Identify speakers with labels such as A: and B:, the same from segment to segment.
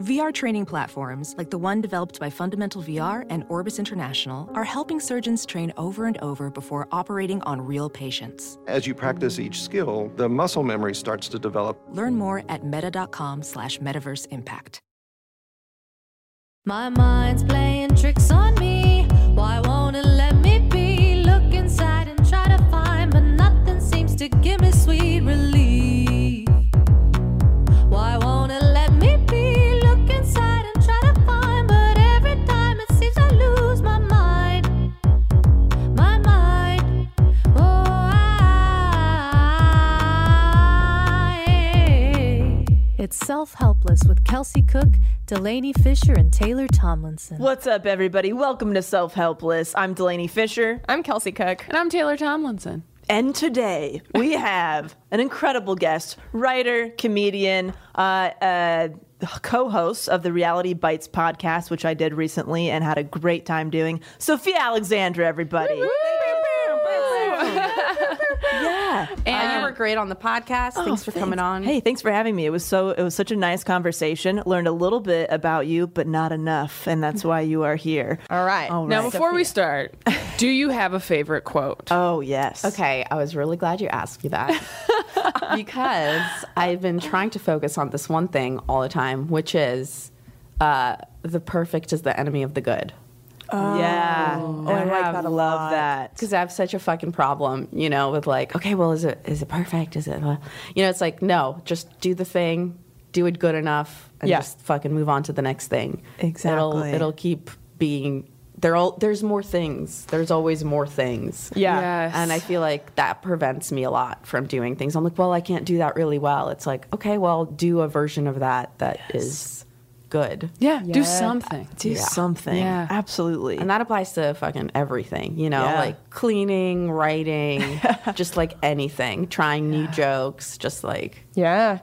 A: VR training platforms, like the one developed by Fundamental VR and Orbis International, are helping surgeons train over and over before operating on real patients.
B: As you practice each skill, the muscle memory starts to develop.
A: Learn more at meta.com slash metaverse impact. My mind's playing tricks on me. Why won't it let me be? Look inside and try to find, but nothing seems to give me sweet relief. Why won't it let me be? Look inside and try to find, but every time it seems I lose my mind. My mind. Oh, I.
C: It's Self Helpless with Kelsey Cook, Delaney Fisher, and Taylor Tomlinson.
D: What's up, everybody? Welcome to Self-Helpless. I'm Delaney Fisher.
E: I'm Kelsey Cook. And I'm Taylor Tomlinson.
D: And today we have an incredible guest, writer, comedian, uh, uh, co host of the Reality Bites podcast, which I did recently and had a great time doing, Sophia Alexandra, everybody. yeah.
F: Uh, you were great on the podcast.
E: Oh,
F: thanks for coming on.
D: Hey, thanks for having me. It was so it was such a nice conversation. Learned a little bit about you, but not enough, and that's why you are here.
F: All right.
D: All
E: Now,
D: right.
E: before we start, do you have a favorite quote?
D: Oh yes.
F: Okay, I was really glad you asked me that because I've been trying to focus on this one thing all the time, which is uh, the perfect is the enemy of the good.
D: Yeah. Oh, I, like that a love that.
F: Because I have such a fucking problem, you know, with like, okay, well, is it is it perfect? Is it, uh, you know, it's like, no, just do the thing, do it good enough, and
D: Yeah.
F: just fucking move on to the next thing. It'll
D: Exactly.
F: it'll keep being. There all there's more things. There's always more things.
E: Yeah. Yes.
F: And I feel like that prevents me a lot from doing things. I'm like, well, I can't do that really well. It's like, okay, well, do a version of that that is good.
E: yeah, do something.
D: Do something.
E: Yeah.
D: Absolutely.
F: And that applies to fucking everything, you know,
D: Yeah.
F: like cleaning, writing, just like anything, trying new jokes, just like
G: Yeah.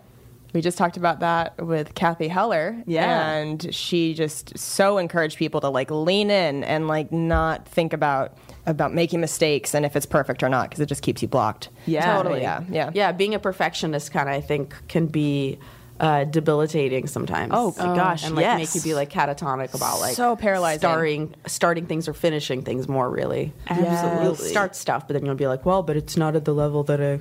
G: We just talked about that with Kathy Heller.
D: Yeah.
G: And she just so encouraged people to like lean in and like not think about about making mistakes and if it's perfect or not because it just keeps you blocked.
D: Yeah. Totally.
G: Yeah. Yeah.
F: yeah, being a perfectionist kind of I think can be uh, debilitating sometimes.
D: Oh, my Oh. gosh,
F: and like
D: yes.
F: make you be like catatonic about like
G: So paralyzing.
F: starting starting things or finishing things more really.
D: Absolutely.
F: You'll start stuff, but then you'll be like, well, but it's not at the level that I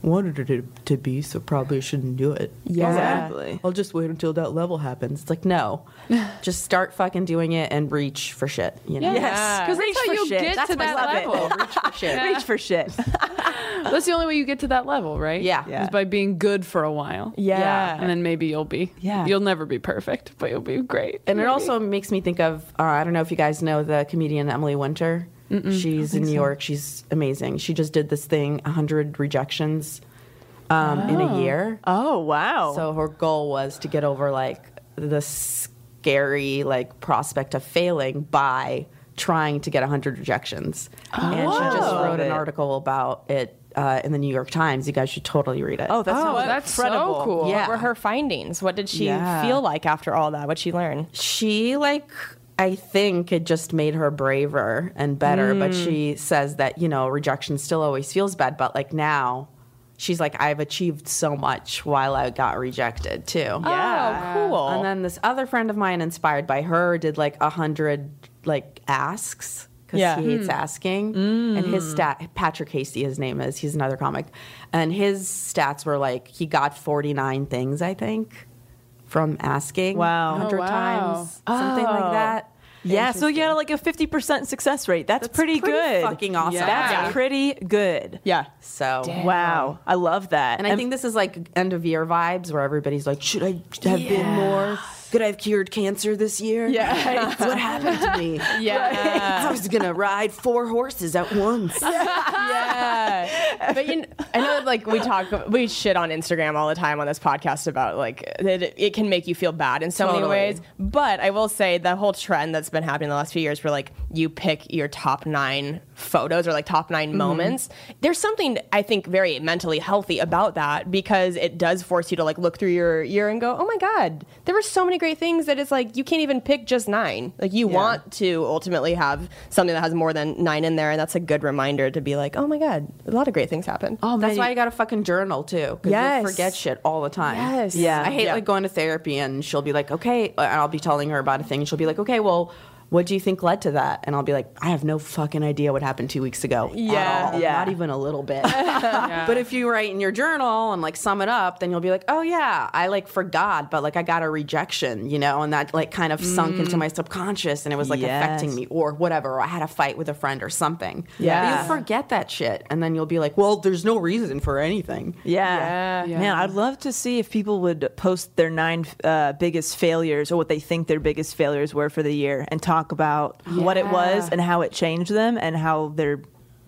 F: wanted it to, to be, so probably shouldn't do it.
G: Yeah.
D: Exactly.
F: I'll just wait until that level happens. It's like, no, just start fucking doing it and reach for shit. You know?
D: Yes.
E: Because
D: Reach
E: that's
D: for
E: how you
D: shit.
E: get
D: That's
E: to
D: my
E: that
D: love it.
E: level.
D: Reach for shit.
E: that's the only way you get to that level, right?
F: Yeah. Yeah.
E: Is by being good for a while.
G: Yeah.
E: And then maybe you'll be.
D: Yeah.
E: You'll never be perfect, but you'll be great.
F: And it also makes me think of uh, I don't know if you guys know the comedian Emily Winter. She's in New York. She's amazing. She just did this thing, 100 rejections um, in a year.
D: Oh wow.
F: So her goal was to get over like the scary like prospect of failing by trying to get 100 rejections. and she just
D: Wow.
F: wrote an article about it uh, in the New York Times. You guys should totally read it.
D: oh, that sounds
E: that's so
D: incredible.
E: cool.
F: Yeah.
G: What were her findings? What did she
F: Yeah.
G: feel like after all that? What'd she learn?
F: she like I think it just made her braver and better. But she says that you know rejection still always feels bad, but like now. She's like, I've achieved so much while I got rejected too.
G: Yeah. Oh, cool.
F: And then this other friend of mine, inspired by her, did like a hundred like asks because
G: Yeah.
F: he hates asking. And his stat, Patrick Hasty, his name is. He's another comic, and his stats were like he got forty nine things, I think. from asking.
D: Wow.
F: a hundred
E: Oh, wow.
F: times, something like that.
D: Yeah, so you had like a 50% success rate. That's, pretty,
F: pretty
D: good.
F: fucking awesome.
D: That's
E: Yeah.
D: pretty good.
G: Yeah.
F: So.
D: Wow. I love that.
F: And I think this is like end of year vibes where everybody's like, should I have been more? Could I have cured cancer this year? Yeah. what happened to me?
G: Yeah.
F: I was going to ride four horses at once.
G: yeah. But you, kn- I know that like we talk, we shit on Instagram all the time on this podcast about like that it, it can make you feel bad in so many
F: Totally.
G: ways. But I will say the whole trend that's been happening the last few years, where like you pick your top nine photos or like top 9 moments. There's something I think very mentally healthy about that because it does force you to like look through your year and go, oh my god, there were so many great things that it's like you can't even pick just nine. Like you want to ultimately have something that has more than nine in there, and that's a good reminder to be like, oh my god, a lot of great things happen.
F: Oh, That's why you got to fucking journal too. Because
G: Yes.
F: you forget shit all the time.
G: Yes.
D: Yeah.
F: I hate
G: Yeah.
F: like going to therapy and she'll be like, okay, uh, and I'll be telling her about a thing. And she'll be like, okay, well, what do you think led to that? And I'll be like, I have no fucking idea what happened two weeks ago. at
G: Yeah,
F: all.
D: yeah.
F: Not even a little bit. But if you write in your journal and like sum it up, then you'll be like, oh yeah, I like forgot, but like I got a rejection, you know, and that like kind of sunk into my subconscious and it was like
D: Yes.
F: affecting me or whatever. Or I had a fight with a friend or something.
D: Yeah.
F: But you forget that shit. And then you'll be like, well, there's no reason for anything.
D: Yeah.
E: Yeah.
D: Man, I'd love to see if people would post their nine uh, biggest failures or what they think their biggest failures were for the year and talk about what it was and how it changed them and how their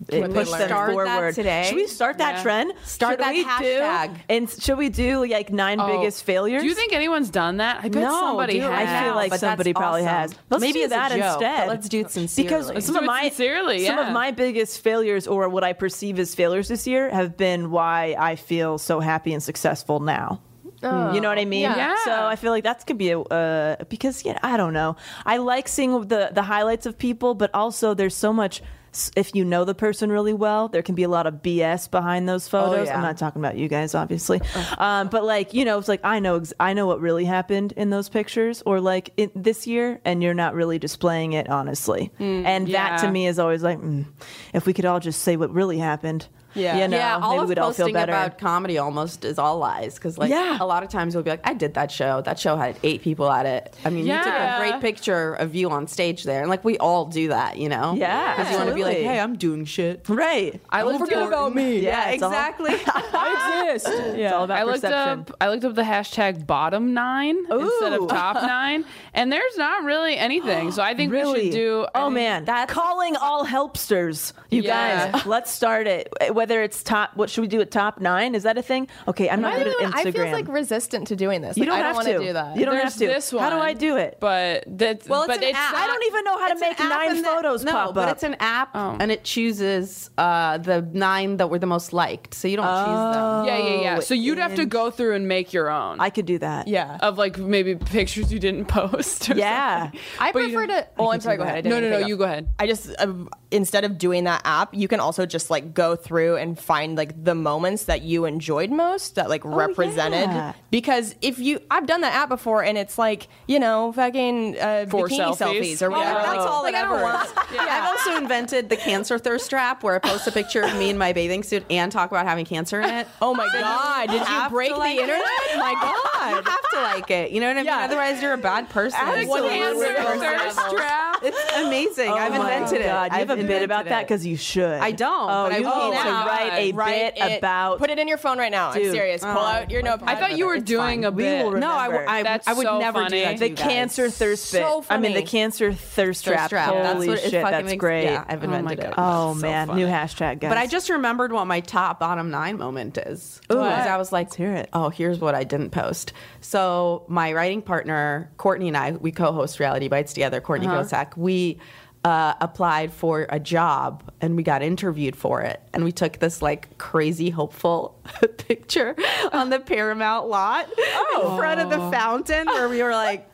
D: it
F: we
D: pushed them
F: start that
D: forward.
F: today?
D: Should we start that
E: Yeah.
D: trend?
F: Start
D: should
F: that
D: we
F: hashtag.
D: Do, and should we do like nine
E: Oh.
D: biggest failures?
E: Do you think anyone's done that? I bet
D: No,
E: somebody
D: dude,
E: has.
D: I feel like
F: But that's
D: somebody probably
F: awesome.
D: has. Let's
F: Maybe
D: do
F: it's a
D: that
F: joke, but
D: instead.
F: let's do it
D: Because
F: sincerely.
D: some
E: do
D: of
E: it
D: my
E: sincerely,
D: some of
E: yeah.
D: my biggest failures, or what I perceive as failures this year, have been why I feel so happy and successful now.
F: Oh,
D: You know what I mean?
E: Yeah.
D: So I feel like that could be a uh, because yeah, I don't know. I like seeing the the highlights of people, but also there's so much. s- If you know the person really well, there can be a lot of BS behind those photos.
F: Oh, yeah. Oh.
D: I'm not talking about you guys, obviously, um, but like you know, it's like I know ex- I know what really happened in those pictures, or like in, this year, and you're not really displaying it honestly.
F: Mm,
D: and that to
E: yeah.
D: me is always like, mm, if we could all just say what really happened,
G: Yeah.
D: you know,
F: yeah, all
D: maybe
F: of
D: we'd all
F: posting
D: feel better.
F: about comedy almost is all lies because like
D: Yeah.
F: a lot of times you'll be like, I did that show. That show had eight people at it. I mean, you took a
E: Yeah.
F: great picture of you on stage there, and like we all do that, you know?
D: Yeah,
F: because you want to be like,
D: absolutely.
F: hey, I'm doing shit.
D: right.
E: I looked up,
F: me.
D: Yeah,
F: Yeah,
D: it's all-
F: exactly.
D: I exist. It's all about
E: I looked
D: perception.
E: up. I looked up the hashtag bottom nine instead
D: Ooh.
E: of top nine, and there's not really anything. So I think we should do. I
D: Oh
E: think-
D: man, that's calling all helpsters. You
E: Yeah.
D: guys, let's start it. Whether it's top, what should we do at top nine? Is that a thing? Okay, I'm not
G: I,
D: good at
G: don't know,
D: Instagram.
G: I feel like resistant to doing this.
D: you
G: Like,
D: don't
G: I
D: have
G: don't
D: to
G: wanna do that.
D: You don't
E: There's
D: have to.
E: this
D: How do
E: one,
D: I do it?
E: But that's
F: Well, it's
E: but
F: an
E: it's
F: app.
E: not-
D: I don't even know how to
F: It's an
D: make
F: app
D: nine
F: and that-
D: photos
F: no,
D: pop
F: but
D: up.
F: it's an app and it chooses uh, the nine that were the most liked, so you don't choose
D: Oh.
F: them.
E: Yeah, yeah, yeah. So you'd have to go through and make your own.
D: I could do that.
G: Yeah.
E: of like maybe pictures you didn't post. Or
D: Yeah.
E: something.
G: I
E: But you
G: prefer
E: didn't-
G: to. Oh, I'm sorry. Go ahead. I didn't
E: No, no,
G: mean to
E: no.
G: pick up.
E: You go ahead.
G: I just uh, instead of doing that app, you can also just like go through and find like the moments that you enjoyed most that like represented.
D: yeah.
G: Because if you, I've done that app before, and it's like you know fucking uh,
E: Four
G: bikini selfies.
E: selfies.
G: or
E: Oh,
G: whatever.
F: That's all
G: Like,
F: it
G: I don't
F: ever
G: want-
F: is. I've also invented the cancer thirst trap where I post a picture of me in my bathing suit and talk about having cancer in it.
G: Oh my god! Did you
F: have to
G: break the
F: like-
G: internet? Oh My
F: You
G: god!
F: have to like it. You know what I mean?
G: Yeah.
F: Otherwise, you're a bad person.
G: Absolutely. Cancer Oh
E: thirst trap.
F: It's amazing. I've invented it.
D: Oh You have
F: I've
D: a bit about
F: invented
D: that
F: it.
D: because you should.
F: I don't,
D: Oh,
F: but I
D: you
F: will
D: need to
F: now.
D: write a
G: Write
D: bit
G: it-
D: about.
G: Put it in your phone right now.
D: Dude.
G: I'm serious. Pull out your notepad.
E: I thought you were doing a
D: We
E: bit.
D: will
F: No, I, w-
D: Remember.
F: I-
E: That's
F: I would
E: so
F: never do
E: funny.
F: that. to
D: the
F: you guys.
D: cancer thirst bit.
G: So
D: I mean, the
G: funny.
D: cancer thirst
F: Thirst
D: trap.
F: trap.
D: Holy
F: That's what it
D: shit,
F: fucking
D: that's
F: makes-
D: great.
F: Yeah, I've
E: my
F: invented
E: God.
F: it.
D: Oh
E: That's so
D: man,
E: funny.
D: new hashtag, guys.
F: But I just remembered what my top bottom nine moment is. Ooh, I was like,
D: hear it.
F: Oh, here's what I didn't post. So my writing partner Courtney and I, we co-host Reality Bites together. Courtney
D: Uh-huh.
F: Gosak, we uh, applied for a job and we got interviewed for it, and we took this like crazy hopeful picture on the Paramount lot
D: Oh.
F: in front of the fountain where we were like.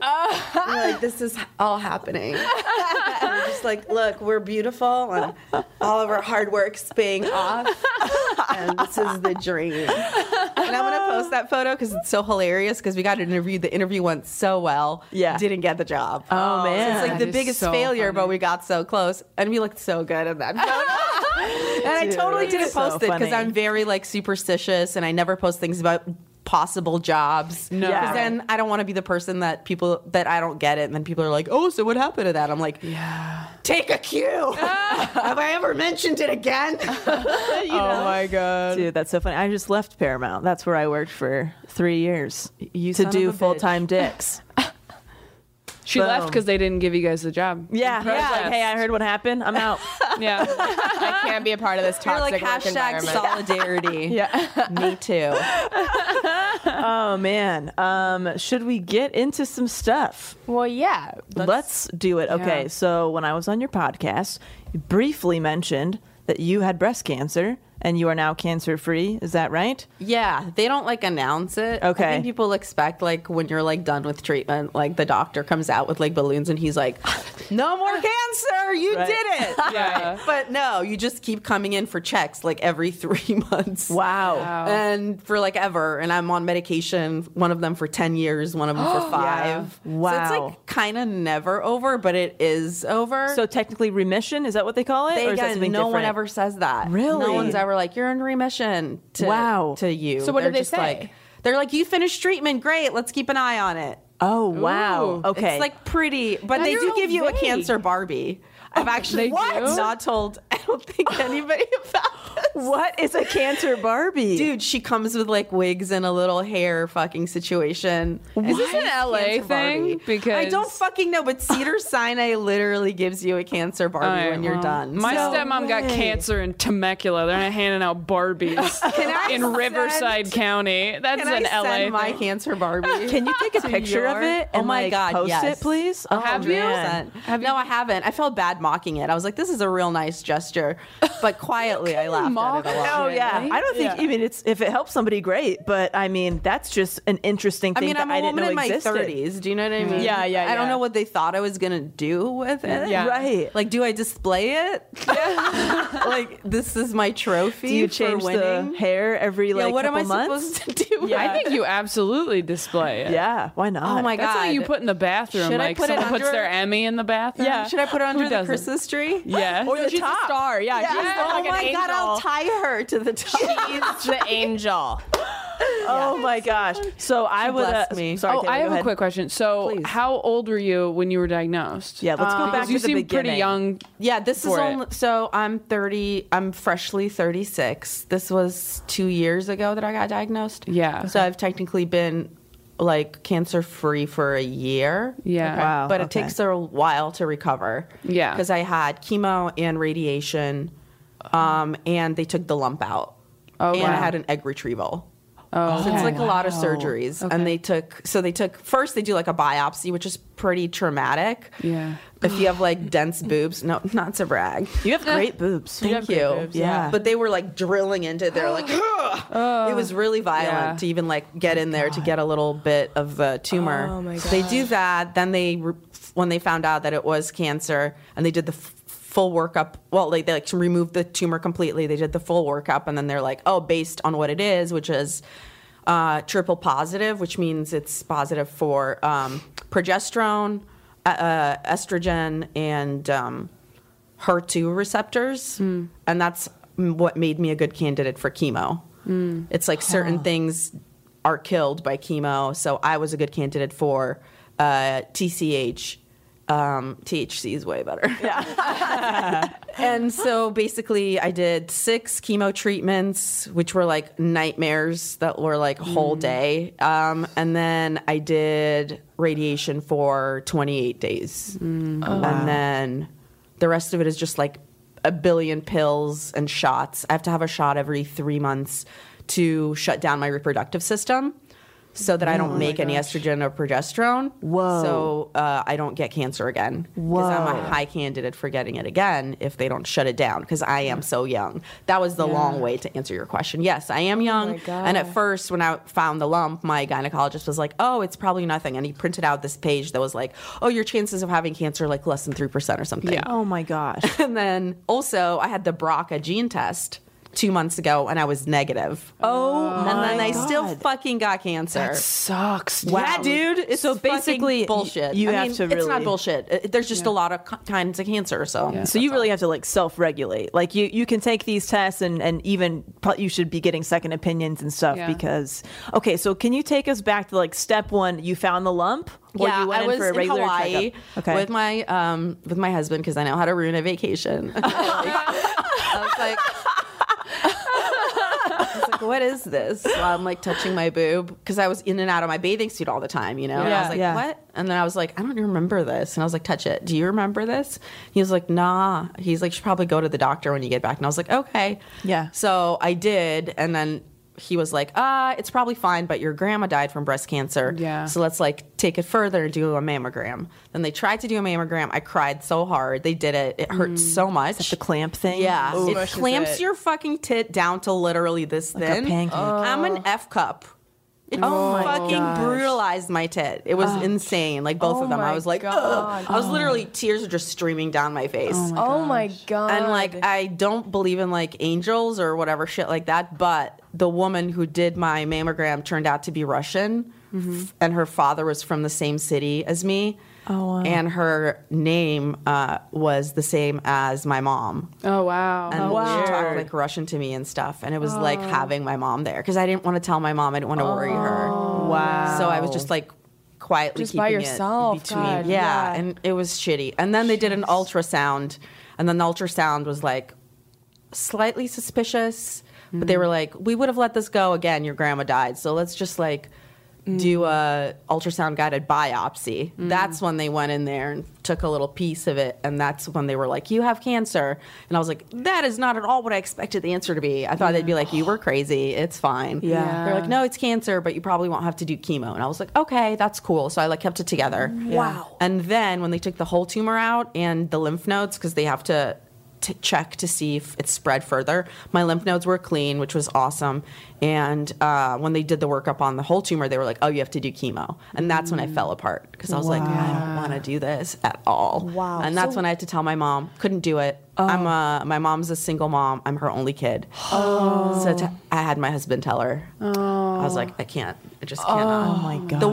F: We're like this is all happening. And we're just like, look, we're beautiful, and all of our hard work's paying off, and this is the dream. And I'm gonna post that photo because it's so hilarious. Because we got interviewed, the interview went so well.
D: Yeah.
F: didn't get the job.
D: Oh, man.
F: so it's like
E: That
F: the
E: is
F: biggest
E: so
F: failure, but
E: funny.
F: we got so close, and we looked so good in that photo. and I totally didn't
D: so
F: post it because
D: funny.
F: I'm very like superstitious, and I never post things about possible jobs. No.
D: Yeah.
F: then I don't want to be the person that people that I don't get it, and then people are like, "Oh, so what happened to that?" I'm like, "Yeah, take a cue." Have I ever mentioned it again?
G: oh my god.
D: Dude, that's so funny. I just left Paramount. That's where I worked for three years
F: you
D: to
F: son of
D: do
F: a bitch.
D: full time dicks.
E: She left because they didn't give you guys the job.
D: yeah, yeah. Like,
E: Protest.
D: hey, I heard what happened. I'm out.
E: Yeah.
G: I can't be a part of this
F: You're like
G: toxic work
F: hashtag
G: environment.
F: solidarity. yeah, me too.
D: oh man. Um, should we get into some stuff?
G: well, yeah.
D: Let's, do it. Okay. So when I was on your podcast, you briefly mentioned that you had breast cancer and you are now cancer free. Is that right?
F: Yeah, they don't like announce it.
D: Okay.
F: I think people expect like when you're like done with treatment, like the doctor comes out with like balloons and he's like, "No more cancer, you
D: Right.
F: did it."
E: Yeah.
F: But no, you just keep coming in for checks like every 3 months.
D: Wow.
F: And for like ever, and I'm on medication, one of them for 10 years, one of them for 5. So it's
D: Wow.
F: like kind of never over, but it is over.
D: So technically remission, is that what they call it?
F: they,
D: or is that
F: again, no
D: something
F: one
D: different?
F: ever says that.
D: Really?
F: No one's ever like, you're in remission to,
D: Wow.
F: to you.
G: So what do
F: They're
G: they
F: just
G: say?
F: Like, they're like, you finished treatment. Great. Let's keep an eye on it.
D: Oh wow. okay.
F: It's like pretty, but they
E: That's
F: do
E: so
F: give you a
E: vague.
F: cancer Barbie.
D: Oh,
F: I've actually
E: They do?
F: not told, I don't think anybody about this.
D: what is a cancer Barbie?
F: Dude, she comes with like wigs and a little hair fucking situation.
E: Is this an LA
F: Cancer
E: thing?
F: Barbie.
E: Because-
F: I don't fucking know, but Cedar Sinai literally gives you a cancer Barbie
E: All right,
F: when you're
E: well,
F: done.
E: My
F: So-
E: stepmom got cancer in Temecula. They're not handing out Barbies
F: I
E: in
F: send-
E: Riverside County. That's
F: Can I
E: an LA.
F: send my
E: thing.
F: cancer Barbie?
D: Can you take a
F: to
D: picture of
F: your-
D: it
F: Oh
D: and,
F: my
D: like,
F: God,
D: post
F: yes.
D: it, please? Oh,
E: Have you?
D: man.
F: Have no, I haven't. I felt bad mocking it. I was like, "This is a real nice gesture," but quietly I laughed
E: mock
F: at it. A lot.
D: Oh yeah, I don't think. I mean, it's if it helps somebody, great. But I mean, that's just an interesting
F: I
D: thing
F: mean,
D: that
F: I'm a
D: I didn't
F: woman
D: know
F: in my
D: existed.
F: 30s. Do you know what I mean?
G: Yeah, yeah,
F: I don't
G: yeah.
F: know what they thought I was gonna do with it.
G: Yeah.
D: Right?
F: Like, do I display it? like, this is my trophy.
D: do you
F: for
D: change the
F: winning?
D: hair every like
F: yeah, what am
D: couple
F: I
D: months?
F: supposed to do? with
E: I think you absolutely display it.
D: Yeah, why not?
F: Oh my
E: That's something you
F: God.
E: put in the bathroom.
F: Should I
E: like
F: put it
E: someone puts
F: under-
E: their Emmy in the bathroom.
F: Yeah. Should I put it
E: Who
F: under the
E: doesn't?
F: Christmas tree?
E: Yeah.
G: Or the she's
F: top.
G: a star. Yeah.
F: Yeah.
G: She's
F: Oh
G: like an
F: my god, I'll
G: angel.
F: tie her to the top.
G: She's the angel.
D: Oh my gosh! So I would. Uh,
F: blessed me.
D: Sorry,
E: oh,
D: Taylor,
E: I
D: go
E: have a
D: ahead.
E: quick question. So, how old were you when you were diagnosed?
D: Yeah, let's go
F: Um,
E: Because
D: back to
E: you
D: the
E: seem pretty
D: beginning.
E: young.
F: Yeah, this is
E: for it.
F: only so I'm 30, I'm freshly 36. This was 2 years ago that I got diagnosed.
E: Yeah.
F: So I've technically been like cancer free for a year.
E: Yeah. Okay. Wow,
F: But it
D: okay.
F: takes a while to recover.
E: Yeah.
F: Cuz I had chemo and radiation um and they took the lump out.
E: Oh,
F: and I
E: wow.
F: had an egg retrieval.
E: Oh,
F: So it's
E: okay.
F: like a lot of surgeries. And they took, so they took, first they do like a biopsy, which is pretty traumatic.
E: Yeah.
F: If you have like dense boobs, no, not to brag.
D: You have great boobs.
F: Thank Oh. you.
D: yeah. Yeah.
F: But they were like drilling into it. They're like, it was really violent
E: Yeah.
F: to even like get in there to get a little bit of the tumor. Oh my God. They do that. Then they, re- when they found out that it was cancer and they did the f- full workup, well, they, they like removed the tumor completely. They did the full workup and then they're like, oh, based on what it is, which is uh, triple positive, which means it's positive for um, progesterone, uh, uh, estrogen, and um, HER2 receptors. And that's m- what made me a good candidate for chemo. It's like certain things are killed by chemo. So I was a good candidate for uh, TCH. Um, THC is way better. and so basically, I did six chemo treatments, which were like nightmares that were like whole day. Um, and then I did radiation for 28 days. and then the rest of it is just like a billion pills and shots. I have to have a shot every three months to shut down my reproductive system. So that I don't make any estrogen or progesterone.
D: Whoa.
F: So uh, I don't get cancer again. Because I'm a high candidate for getting it again if they don't shut it down because I am so young. That was the long way to answer your question. Yes, I
D: Oh
F: am young. and at first, when I found the lump, my gynecologist was like, oh, it's probably nothing. And he printed out this page that was like, oh, your chances of having cancer are like less than 3% or something.
E: Yeah.
D: Oh my gosh!
F: And then also, I had the BRCA gene test. two months ago and I was negative.
D: Oh,
F: and then I
D: God.
F: still fucking got cancer.
E: Sucks. dude.
F: Wow.
D: Yeah, dude. It's
F: so
D: fucking
F: basically,
D: bullshit.
F: You
D: I
F: have
D: mean,
F: to.
D: it's
F: It's
D: not
F: not bullshit. Uh, there's just a lot of kinds of cancer. So
D: so you really have to like self-regulate. Like you, you can take these tests and and even pro- you should be getting second opinions and stuff
E: Yeah.
D: because okay. So can you take us back to like step one? You found the lump, or you went
F: I
D: in
F: was
D: for a regular
F: in Hawaii
D: checkup? Okay,
F: with my um with my husband because I know how to ruin a vacation. I was like. I was like, what is this? So I'm like touching my boob because I was in and out of my bathing suit all the time, you know? And I was like,
D: Yeah.
F: what? And then I was like, I don't remember this. And I was like, touch it. Do you remember this? He was like, nah. He's like, you should probably go to the doctor when you get back. And I was like, okay.
D: Yeah.
F: So I did. And then he was like, ah, it's probably fine, but your grandma died from breast cancer.
E: Yeah.
F: So let's like take it further and do a mammogram. Then they tried to do a mammogram. I cried so hard. They did it. It hurt so much.
D: Mm. the clamp thing. Oh,
F: Yeah,
D: Ooh.
F: it clamps your fucking tit down to literally this thin.
D: pancake. Oh
F: I'm an F cup. It fucking brutalized my tit. It was insane. Like both of them. I was like, Ugh. I was literally tears are just streaming down my face.
G: Oh my god!
F: and like I don't believe in like angels or whatever shit like that, but the woman who did my mammogram turned out to be Russian f- and her father was from the same city as me. Oh,
D: wow.
F: And her name uh, was the same as my mom
E: Oh wow.
F: and she talked like Russian to me and stuff. And it was like
G: Oh.
F: having my mom there because I didn't want to tell my mom. I didn't want to worry her. Wow. So I was just like quietly
G: Oh. Just by
F: keeping it
G: yourself,
F: between.
G: God,
F: yeah,
G: yeah.
F: and it was shitty. And then they did an ultrasound, and then the ultrasound was like slightly suspicious, but they were like, "We would have let this go again. Your grandma died, so let's just like." Do a ultrasound guided biopsy. That's when they went in there and took a little piece of it, and that's when they were like, "You have cancer," and I was like, "That is not at all what I expected the answer to be." I thought they'd be like, "You were crazy. It's fine."
D: Yeah.
F: they're like, "No, it's cancer, but you probably won't have to do chemo." And I was like, "Okay, that's cool." So I like kept it together. Wow. And then when they took the whole tumor out and the lymph nodes, because they have to to check to see if it's spread further. My lymph nodes were clean, which was awesome. And uh, when they did the workup on the whole tumor, they were like, "Oh, you have to do chemo," and that's when I fell apart because I was like, "I don't want to do this at all." Wow! Oh. And that's when I had to tell my mom, "Couldn't do it." I'm a, my mom's a single mom. I'm her only kid. Oh. So t- I had my husband tell her. I was like, "I can't. I just cannot." Oh my god! The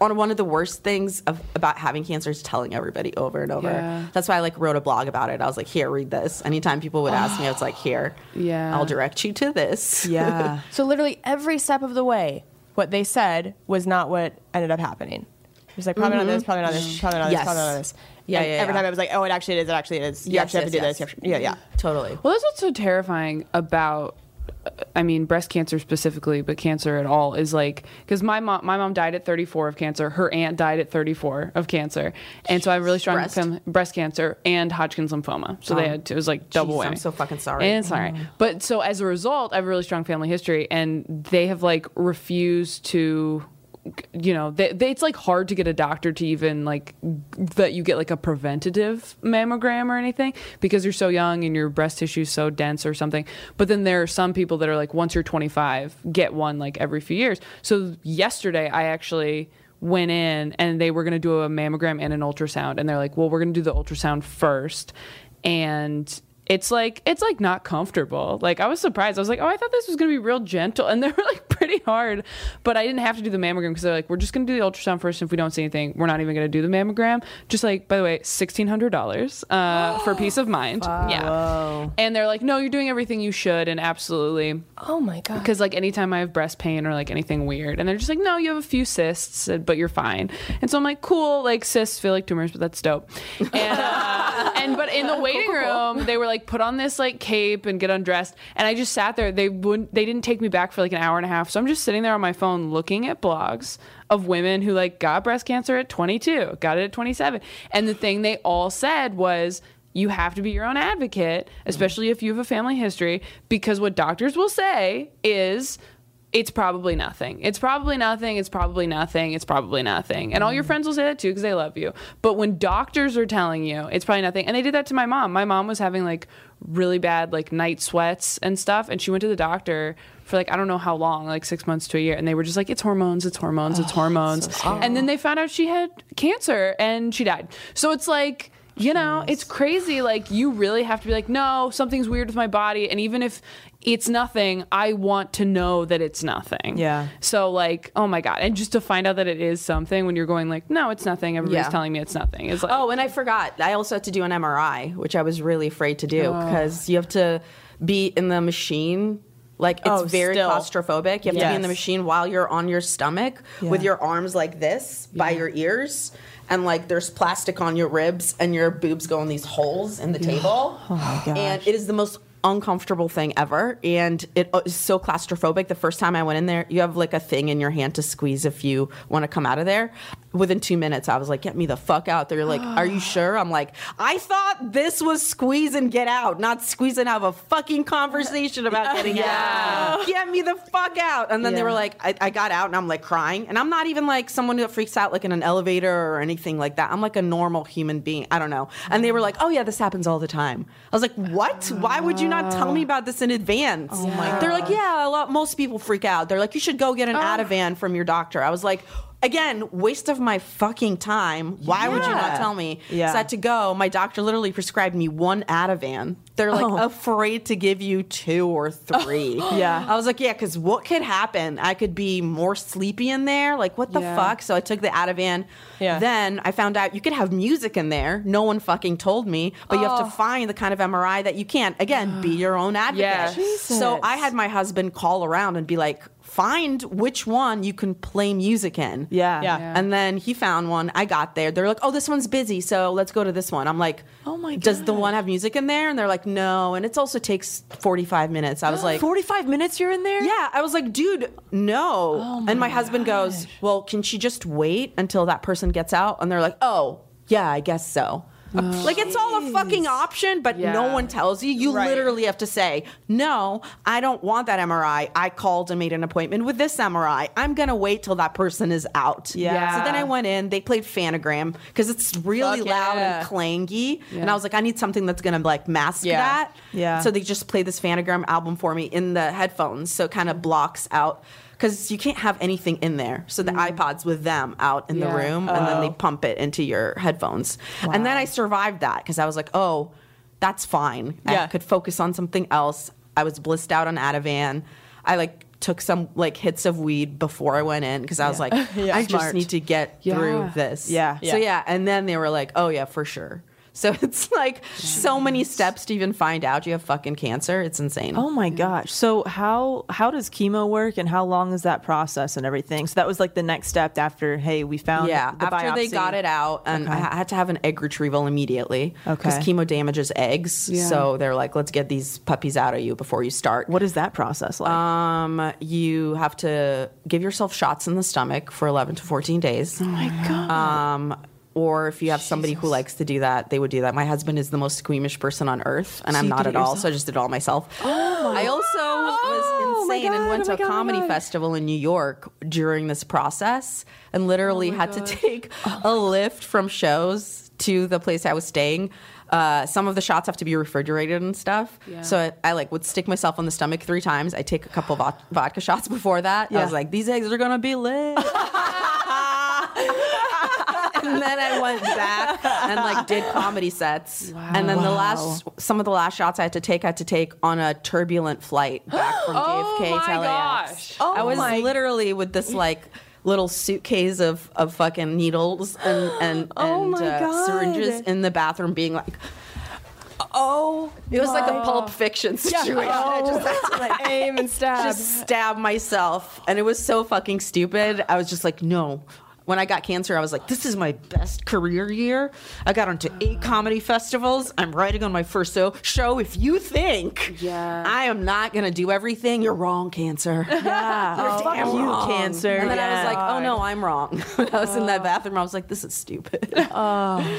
F: on one of the worst things of, about having cancer is telling everybody over and over.
E: Yeah.
F: That's why I like wrote a blog about it. I was like, here, read this. Anytime people would ask me, I was like, here,
E: Yeah.
F: I'll direct you to this.
D: yeah.
G: so literally every step of the way, what they said was not what ended up happening. It was like probably not this, probably not this, probably not
F: Mm-hmm.
G: this,
F: Yes.
G: probably not this.
F: Yeah,
G: And
F: yeah,
G: Every
F: yeah.
G: time it was like, oh, it actually is. It actually is. You
F: Yes,
G: actually have to do
F: yes,
G: this. You
F: yes.
G: actually, yeah, yeah.
F: Totally.
E: Well, that's what's so terrifying about, I mean, breast cancer specifically, but cancer at all is like because my mom, my mom died at 34 of cancer. Her aunt died at 34 of cancer, and so I have really strong
F: Breast.
E: com- breast cancer and Hodgkin's lymphoma. So they had to, it was like double.
F: Jeez, I'm
E: whammy.
F: so fucking sorry. Mm.
E: And it's all right. But so as a result, I have a really strong family history, and they have like refused to. You know, they, they, it's like hard to get a doctor to even like that you get like a preventative mammogram or anything because you're so young and your breast tissue is so dense or something. But then there are some people that are like, once you're 25, get one like every few years. So yesterday, I actually went in and they were going to do a mammogram and an ultrasound, and they're like, well, we're going to do the ultrasound first, and it's like it's like not comfortable. Like I was surprised. I was like, oh, I thought this was gonna be real gentle, and they were like pretty hard. But I didn't have to do the mammogram because they're like, we're just gonna do the ultrasound first. And if we don't see anything, we're not even gonna do the mammogram. Just like by the way, sixteen hundred dollars uh, for peace of mind. Yeah. And they're like, no, you're doing everything you should, and absolutely
G: Oh my god.
E: because like anytime I have breast pain or like anything weird, and they're just like, no, you have a few cysts, uh, but you're fine. And so I'm like, cool, like cysts feel like tumors, but that's dope. And uh, and but in the waiting room, they were like, put on this like cape and get undressed. And I just sat there. They wouldn't. They didn't take me back for like an hour and a half. So I'm just sitting there on my phone looking at blogs of women who like got breast cancer at 22, got it at 27, and the thing they all said was you have to be your own advocate, especially if you have a family history, because what doctors will say is it's probably nothing. It's probably nothing. It's probably nothing. It's probably nothing. And all your friends will say that too because they love you. But when doctors are telling you it's probably nothing, and they did that to my mom. My mom was having like really bad like night sweats and stuff, and she went to the doctor for like I don't know how long, like six months to a year, and they were just like it's hormones, it's hormones, it's hormones. and then they found out she had cancer and she died. So it's like you know, it's crazy. Like, you really have to be like, no, something's weird with my body. And even if it's nothing, I want to know that it's nothing.
D: Yeah.
E: So, like, oh my God. And just to find out that it is something when you're going, like, no, it's nothing. Everybody's
F: Yeah.
E: telling me it's nothing. It's like,
F: Oh, and I forgot. I also had to do an MRI, which I was really afraid to do because you have to be in the machine. Like it's
G: Oh,
F: very
G: still.
F: claustrophobic. You have to be in the
G: Yes.
F: machine while you're on your stomach with
D: Yeah.
F: your arms like this by your ears, and like there's plastic on your ribs, and your boobs go in these holes in the table.
D: my gosh.
F: And it is the most uncomfortable thing ever, and it is so claustrophobic. The first time I went in there, you have like a thing in your hand to squeeze if you want to come out of there. Within two minutes, I was like, "Get me the fuck out!" They're like, "Are you sure?" I'm like, "I thought this was squeeze and get out, not squeeze and have a fucking conversation about getting out. Get me the fuck out!" And then they were like, I, "I got out," and I'm like crying, and I'm not even like someone that freaks out like in an elevator or anything like that. I'm like a normal human being. I don't know. And they were like, "Oh yeah, this happens all the time." I was like, "What? Why would you not tell me about this in advance?" Oh my They're like, "Yeah, a lot. Most people freak out. They're like, you should go get an Ativan from your doctor." I was like. Again, waste of my fucking time. Why would you not tell me?
D: Yeah.
F: So I had to go. My doctor literally prescribed me one Ativan. They're like afraid to give you two or three.
D: Yeah.
F: I was like, yeah, because what could happen? I could be more sleepy in there. Like, what the fuck? So I took the Ativan.
G: Yeah.
F: Then I found out you could have music in there. No one fucking told me, but you have to find the kind of MRI that you can. Again, be your own advocate.
E: Yes.
F: So I had my husband call around and be like, find which one you can play music in.
D: Yeah. Yeah.
F: And then he found one. I got there. They're like, "Oh, this one's busy, so let's go to this one." I'm like, "Oh my Does the one have music in there? And they're like, "No." And it also takes 45 minutes. I was like,
D: 45 minutes you're in there?
F: yeah, I was like, dude, no. and my husband goes, well, can she just wait until that person gets out? And they're like, oh, yeah, I guess so. Like it's all a fucking option, but no
E: Yeah.
F: one tells you. You literally have to say, "No, I don't want that MRI. I called and made an appointment with this MRI. I'm gonna wait till that person is out."
D: Yeah.
F: So then I went in. They played Fanagram because it's really
G: Fuck
F: loud
G: yeah.
F: and clangy, and I was like, "I need something that's gonna like mask
G: Yeah.
F: that."
D: Yeah.
F: So they just played this Fanagram album for me in the headphones, so it kind of blocks out because you can't have anything in there. So the iPods with them out in the
E: Yeah.
F: room, and then they pump it into your headphones. And then I survived that because I was like, oh, that's fine. I
G: Yeah.
F: could focus on something else. I was blissed out on Ativan. I like took some like hits of weed before I went in because I was like, I just
D: Smart.
F: need to get through
E: Yeah.
F: this.
D: Yeah.
F: So yeah, and then they were like, "Oh yeah, for sure." So it's like so many steps to even find out you have fucking cancer. It's insane.
D: Oh my gosh. So how how does chemo work and how long is that process and everything? So that was like the next step after, hey, we found
F: yeah,
D: the
F: after they
D: biopsy.
F: got it out, and I I had to have an egg retrieval immediately because
D: Okay.
F: chemo damages eggs. So they're like, "Let's get these puppies out of you before you start."
D: What is that process like?
F: Um, you have to give yourself shots in the stomach for 11 to 14 days. Oh my god. Um, or if you have somebody who likes to do that, they would do that. My husband is the most squeamish person on earth, and I'm not at all, so I just did it Oh all myself. I also was insane and went to a comedy festival in New York during this process and literally had to take a lift from shows to the place I was staying. Uh, some of the shots have to be refrigerated and stuff. So I, I like would stick myself on the stomach three times. I take a couple vod- vodka shots before that. I was like, these eggs are gonna be lit. and then I went back and like did comedy sets. And then the last, some of the last shots I had to take, I had to take on a turbulent flight back from JFK
E: Oh my
F: to LAX.
E: gosh. Oh
F: I was literally with this like little suitcase of, of fucking needles and and,
E: Oh
F: and uh, syringes in the bathroom, being like. Oh, it was like a Pulp Fiction situation. I just had to like
G: Aim and stab.
F: just stab myself, and it was so fucking stupid. I was just like, no. when I got cancer, I was like, this is my best career year. I got onto eight comedy festivals. I'm writing on my first so- show. If you think
E: Yeah.
F: I am not going to do everything, you're wrong, cancer. Yeah. you're damn wrong.
D: cancer.
F: And then I
D: Yeah.
F: was like, oh no, I'm wrong. when I was in that bathroom, I was like, this is stupid. Oh,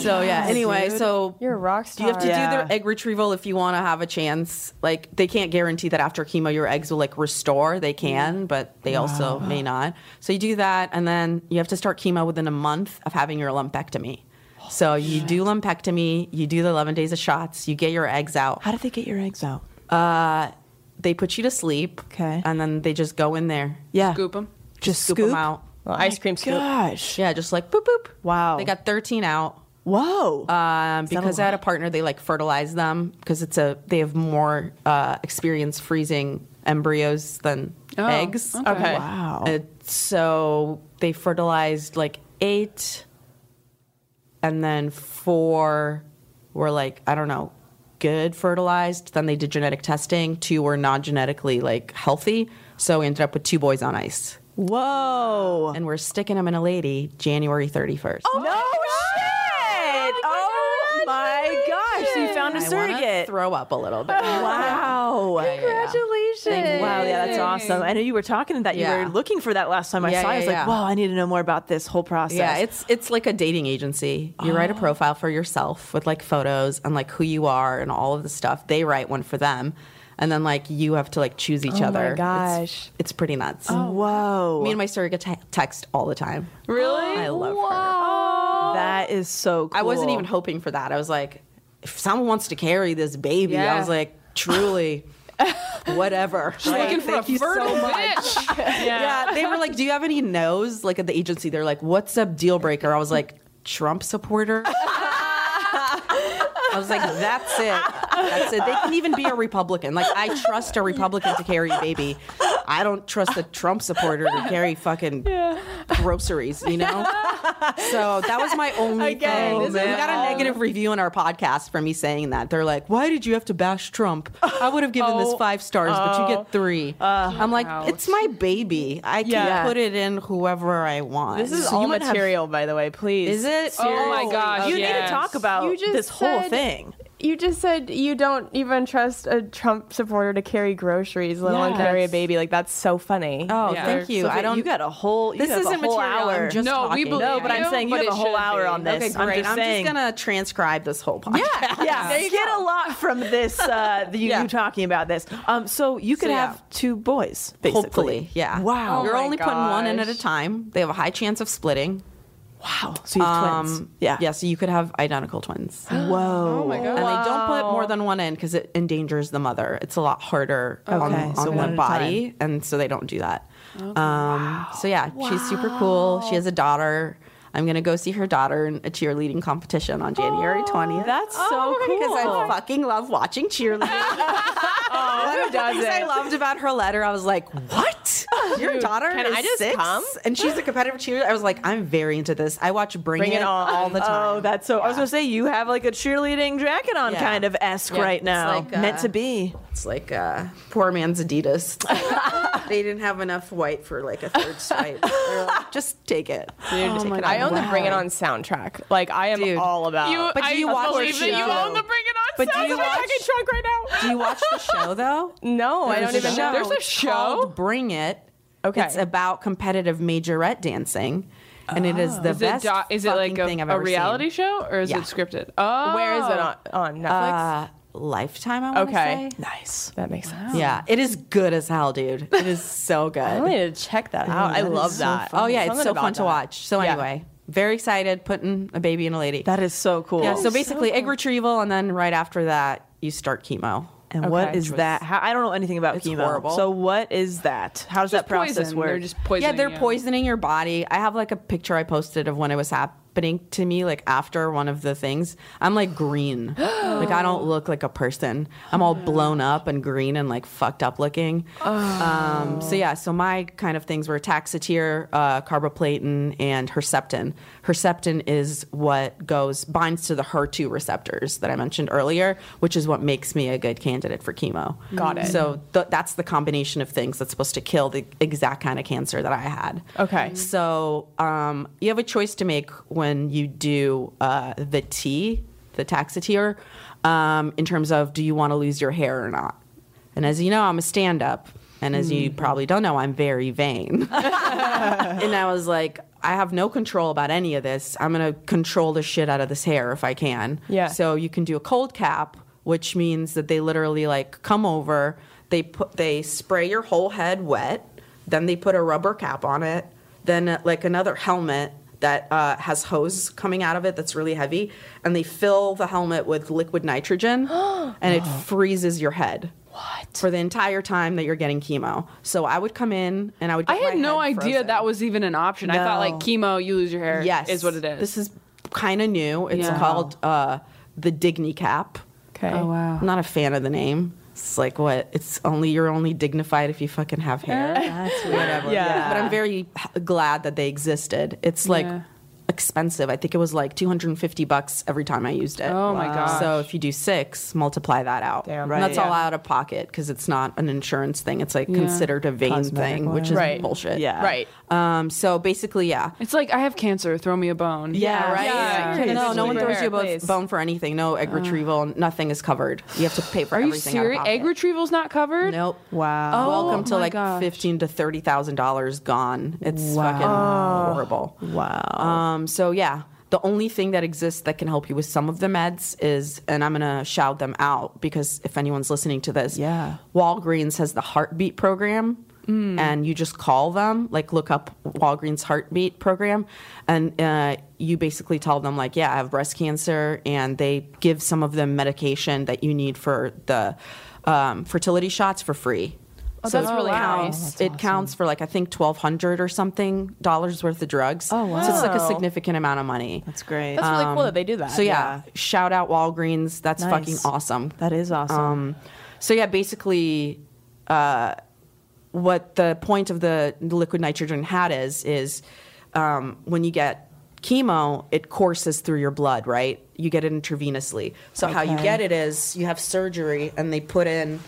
F: so yeah. Anyway, so
G: You're a rock
F: you have to
D: Yeah.
F: do their egg retrieval if you want to have a chance. Like they can't guarantee that after chemo your eggs will like restore. They
D: Mm.
F: can, but they also may not. So you do that, and then you have to start chemo within a month of having your lumpectomy. So you do lumpectomy, you do the 11 days of shots, you get your eggs out.
D: How did they get your eggs out?
F: They put you to sleep,
D: Okay.
F: and then they just go in there,
D: Yeah.
E: Scoop 'em.
D: Just
F: scoop,
D: scoop, Oh
F: them out.
G: Well, ice cream scoop.
D: Gosh.
F: Yeah, just like boop boop.
D: Wow.
F: They got 13 out.
D: Whoa.
F: um, because I had a partner. They like fertilize them because it's a they have more uh, experience freezing embryos than
E: Oh,
F: eggs.
E: okay.
G: Okay.
D: wow.
F: Uh, so they fertilized like eight, and then four were like I don't know, good fertilized. Then they did genetic testing. Two were non genetically like healthy. So we ended up with two boys on ice,
D: Whoa.
F: and we're sticking them in a lady January thirty first.
D: No shit. Oh my gosh. So you found a surrogate.
F: Throw up a little bit.
D: Wow.
H: Congratulations.
D: Wow, yeah, that's awesome. I know you were talking to that. You
F: Yeah.
D: were looking for that last time I
F: Yeah,
D: saw. you. I
F: yeah,
D: was
F: yeah.
D: like, wow, I need to know more about this whole process.
F: Yeah, it's it's like a dating agency. You
D: Oh.
F: write a profile for yourself with like photos and like who you are and all of the stuff. They write one for them, and then like you have to like choose
D: Oh
F: each other. It's-
G: gosh.
F: it's, pretty nuts.
D: whoa.
F: Me and my surrogate te- text all the time.
E: Really?
F: I love her.
D: that is so. cool.
F: I wasn't even hoping for that. I was like, if someone wants to carry this baby, I
E: Yeah.
F: was like, truly. Whatever. Like,
E: Looking for a
F: thank you so
E: fertile
F: much.
E: bitch. yeah.
F: yeah, they were like, "Do you have any no's?" Like at the agency, they're like, "What's a deal breaker?" I was like, "Trump supporter." I was like, "That's it. That's it." They can even be a Republican. Like I trust a Republican to carry a baby. I don't trust a Trump supporter to carry fucking groceries. You know. So that was my only
G: Again,
F: thing.
G: this is
F: we got a
G: all-
F: negative review on our podcast for me saying that. They're like, "Why did you have to bash Trump? I would have given
G: Oh,
F: this five stars, but you get three. I'm like, "It's my baby. I can
G: uh, Yeah.
F: put it in whoever I want."
G: This is
D: So
G: all
D: you would have-
G: material, by the way. Please.
F: Is it?
E: Oh my gosh.
D: You need
E: yes.
D: to talk about
G: You just
D: this whole
G: said-
D: thing.
G: You just said you don't even trust a Trump supporter to carry groceries, let alone
F: Yeah.
G: carry a baby. Like that's so funny.
F: Oh,
E: Yeah.
F: thank you.
D: So
F: I don't.
D: You got a whole. You
F: This
D: have
F: isn't
D: a whole
F: material. I'm
D: hour.
F: just
E: No, we
F: talking.
E: believe
D: no, but I'm
E: you,
D: saying you
E: but
D: have a
E: it
D: whole
E: should
D: hour
E: be.
D: on this.
F: okay, great.
D: I'm just saying.
F: gonna transcribe this whole podcast.
D: yeah, get a lot from this. Uh, the, you,
F: Yeah.
D: you talking about this. Um, so you could
F: So, yeah.
D: have two boys, basically.
F: Hopefully, yeah.
D: Wow.
F: You're
G: my
F: only putting one in at a
G: gosh.
F: time. They have a high chance of splitting. Um,
D: Wow. So you have twins. Yeah.
F: Yeah. So you could have identical twins.
D: Whoa. Oh my
F: and they don't put more than one in because it endangers the mother. It's a lot harder on,
D: Okay, so one
F: on
D: at
F: one
D: a
F: body, and so they don't do that. Um, So yeah, she's super cool. She has a daughter. I'm gonna go see her daughter in a cheerleading competition on January
D: Oh,
F: 20th.
D: That's so cool.
F: Because I fucking love watching cheerleading.
G: Oh,
F: One of the things I loved about her letter, I was like, "What? Your daughter
G: can
F: is
G: I just
F: six,
G: come?
F: and she's a competitive cheerleader." I was like, "I'm very into this. I watch Bring,
G: Bring It On.
F: all the time."
D: Oh, that's so. I was gonna say you have like a cheerleading jacket on,
F: Yeah.
D: kind of esque
F: Yeah,
D: right
F: it's
D: now,
F: like, uh,
D: meant to be.
F: It's like uh, poor man's Adidas. they didn't have enough white for like a third stripe. They're like, just take it. Take it.
G: oh I own the Bring It On soundtrack. Like I am
F: Dude.
G: all about.
E: You,
F: But do
E: I
F: you watch the
E: believe that you
F: show?
E: own the Bring It On
F: But do
E: sound
F: you
E: effect.
F: watch-
G: drunk right now.
F: Do you watch the show though?
G: No, I don't
F: a
G: even know.
E: There's a
F: It's
E: show?
F: called Bring It.
G: Okay.
F: It's about competitive majorette dancing, and it is the
E: Is it,
F: best.
E: do- is it like
F: fucking
E: a,
F: thing I've
E: a
F: ever
E: reality
F: seen.
E: show or is
F: Yeah.
E: it scripted? Oh,
G: Where is it on, on Netflix?
F: Uh, Lifetime. I want to
G: Okay.
F: say.
D: Nice.
G: that makes sense.
F: Yeah, it is good as hell, dude. It is so good.
G: I need to check Oh, that out. I love that.
F: oh yeah, it's
G: Something
F: so
G: about
F: fun to
G: that.
F: watch. So
G: Yeah.
F: anyway, very excited putting a baby and a lady.
D: That is so cool.
F: Yeah, so basically egg retrieval, and then right after that, you start chemo.
D: and what
G: Okay.
D: is that? How, I don't know anything about
F: It's
D: chemo.
F: horrible.
D: So what is that? How does that
E: Just
D: process
E: poison.
D: work?
E: They're just poisoning
F: yeah, they're
E: you.
F: poisoning your body. I have like a picture I posted of when it was hap- happening to me like after one of the things i'm like green like i don't look like a person i'm all blown up and green and like fucked up looking
E: Oh.
F: um, so yeah so my kind of things were taxotere uh, carboplatin and herceptin herceptin is what goes binds to the her2 receptors that i mentioned earlier which is what makes me a good candidate for chemo got it so th- that's the combination of things that's supposed to kill the exact kind of cancer that i had
G: Okay.
F: so um, you have a choice to make when you do uh, the T, the taxotere, um, in terms of do you want to lose your hair or not? And as you know, I'm a stand up. And as you probably don't know, I'm very vain. and I was like, I have no control about any of this. I'm going to control the shit out of this hair if I can.
G: Yeah.
F: So you can do a cold cap, which means that they literally like come over, they put they spray your whole head wet, then they put a rubber cap on it, then uh, like another helmet that uh, has hose coming out of it that's really heavy, and they fill the helmet with liquid nitrogen, and it freezes your head. What? For the entire time that you're getting chemo. So I would come in and I would. Get
E: I had
F: my
E: no
F: head
E: idea
F: frozen.
E: that was even an option. I thought like chemo, you lose your hair.
F: Yes,
E: is what it is.
F: This is kind of new. It's
E: Yeah.
F: called uh, the Digny Cap.
G: Okay. Oh,
E: wow.
F: I'm not a fan of the name. It's like what? It's only you're only dignified if you fucking have hair. That's whatever. Yeah. But I'm very h- glad that they existed. It's like
E: Yeah.
F: expensive. I think it was like 250 bucks every time I used it.
E: Oh my Wow.
F: So if you do six, multiply that out.
G: Damn.
F: And that's
G: Right.
F: all out of pocket because it's not an insurance thing. It's like considered a vain thing, which is
G: Right.
F: bullshit.
D: Yeah.
G: Right.
F: Um. So basically, yeah.
E: It's like I have cancer. Throw me a bone.
F: Yeah,
G: Yeah,
F: right.
G: yeah,
F: Yeah.
G: yeah.
F: No, no one
G: Prepare,
F: throws you a bo-
G: please.
F: bone for anything. No egg retrieval. Nothing is covered. You have to pay for
E: Are you
F: everything. out of
E: serious? Egg
F: pocket.
E: retrieval's not covered.
F: Nope.
D: Wow.
E: Oh,
F: Welcome to
E: my
F: like
E: gosh.
F: fifteen to thirty thousand dollars gone. It's fucking horrible.
D: Wow.
F: Um. So yeah. The only thing that exists that can help you with some of the meds is, and I'm gonna shout them out because if anyone's listening to this,
D: Yeah.
F: Walgreens has the heartbeat program.
E: Mm.
F: And you just call them, like look up Walgreens heartbeat program, and uh, you basically tell them like, yeah, I have breast cancer, and they give some of them medication that you need for the um, fertility shots for free.
G: Oh,
F: so
E: that's
F: it
E: really
F: counts.
E: nice.
F: it counts for like I think twelve hundred or something dollars worth of drugs. Oh wow! So it's like a significant amount of money. Um,
D: That's great.
G: That's really cool that they do that.
F: So yeah, shout out Walgreens. That's
D: Nice.
F: fucking awesome.
D: that is awesome.
G: Uh,
F: Um, so yeah, basically, uh, what the point of the liquid nitrogen hat is is um, when you get chemo, it courses through your blood, right? You get it intravenously. So how you get it is you have surgery and they put in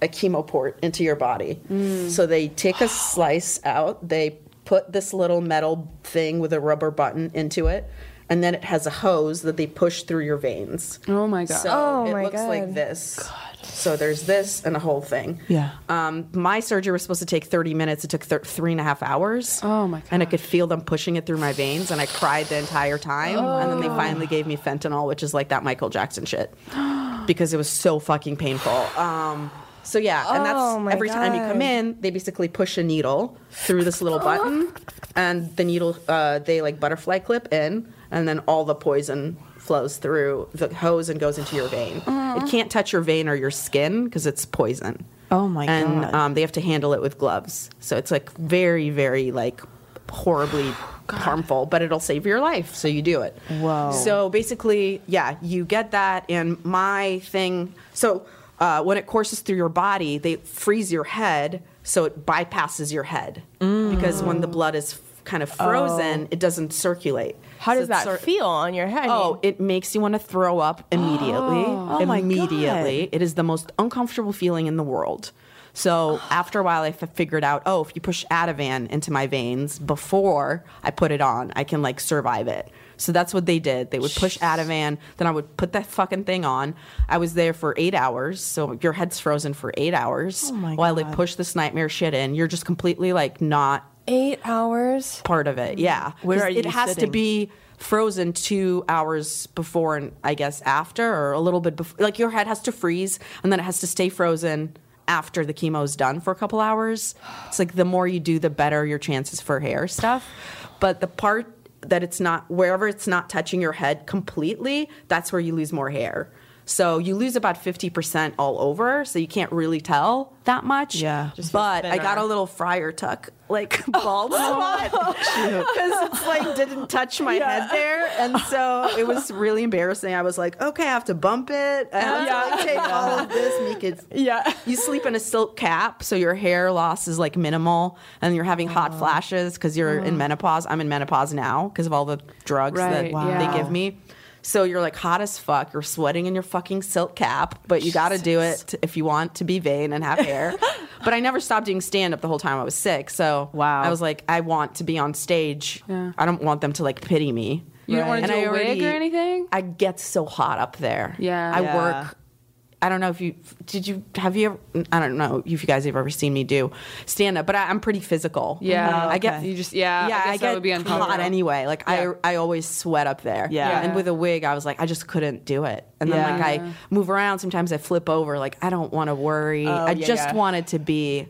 F: a chemo port into your body.
E: Mm.
F: So they take a slice out, they put this little metal thing with a rubber button into it. And then it has a hose that they push through your veins.
E: Oh my god.
F: So
G: Oh
F: it
G: my
F: looks like
G: God.
F: this. So there's this and a whole thing.
D: Yeah.
F: Um, my surgery was supposed to take 30 minutes. It took thir- three and a half hours.
E: Oh my
F: And I could feel them pushing it through my veins, and I cried the entire time. And then they
G: Oh.
F: finally gave me fentanyl, which is like that Michael Jackson shit, because it was so fucking painful. Um, so yeah, and that's
G: Oh, my
F: every time you
G: God.
F: come in, they basically push a needle through this little button, and the needle uh, they like butterfly clip in, and then all the poison flows through the hose and goes into your vein. It can't touch your vein or your skin because it's poison.
D: Oh, my
F: and,
D: God.
F: um, they have to handle it with gloves, so it's like very, very like horribly harmful, but it'll save your life, Oh, so you do it.
D: Whoa.
F: So basically, yeah, you get that. And my thing, so uh, when it courses through your body, they freeze your head, so it bypasses your head because when the blood is f- kind of frozen, it doesn't circulate.
G: How
F: So
G: does
F: it's
G: that
F: sort-
G: feel on your head?
F: Oh, it makes you want to throw up immediately.
D: Oh my
F: immediately. It is the most uncomfortable feeling in the world. So after a while, I f- figured out, oh, if you push Ativan into my veins before I put it on, I can like survive it. So that's what they did. They would push Ativan, then I would put that fucking thing on. I was there for eight hours, so your head's frozen for eight hours
D: Oh my
F: while they
D: God.
F: push this nightmare shit in. You're just completely like not
G: eight hours.
F: part of it. Yeah,
D: Mm-hmm. Where
F: 'Cause
D: are
F: it
D: you
F: has to
D: sitting?
F: be frozen two hours before, and I guess after, or a little bit before. Like your head has to freeze, and then it has to stay frozen after the chemo is done for a couple hours. It's like the more you do, the better your chances for hair stuff. But the part that it's not wherever it's not touching your head completely, that's where you lose more hair. So you lose about 50% all over, so you can't really tell that much.
D: Yeah.
G: Just Oh,
F: but
G: feel
F: I got
G: thinner.
F: a little fryer tuck like bald spot because it's like didn't touch my head there, and so it was really embarrassing. I was like, okay, I have to bump it. I have to like, take all of this, make it.
G: Yeah.
F: You sleep in a silk cap, so your hair loss is like minimal, and you're having hot flashes because you're
G: Oh.
F: in menopause. I'm in menopause now because of all the drugs that
E: Right, Wow.
F: they give me. So you're like hot as fuck. You're sweating in your fucking silk cap, but you got to do it if you want to be vain and have hair. but I never stopped doing stand up the whole time I was sick. So
D: Wow.
F: I was like, I want to be on stage. I don't want them to like pity me.
E: You don't wanna
F: And
E: do
F: I
E: a wig or anything?
F: I get so hot up there.
E: Yeah.
F: I
E: Yeah.
F: work. I don't know if you did you have you ever I don't know if you guys have ever seen me do stand up, but I, I'm pretty physical.
E: Yeah. Oh,
F: I get
E: okay. You just- yeah, I
F: yeah.
E: guess
F: I,
E: that
F: get
E: would be
F: hot
E: uncomfortable.
F: anyway. Like
E: Yeah.
F: I I always sweat up there.
D: Yeah. Yeah.
F: and with a wig, I was like I just couldn't do it. And then
D: Yeah.
F: like I move around. Sometimes I flip over. Like I don't want to worry. I
G: yeah,
F: just
G: yeah.
F: wanted to be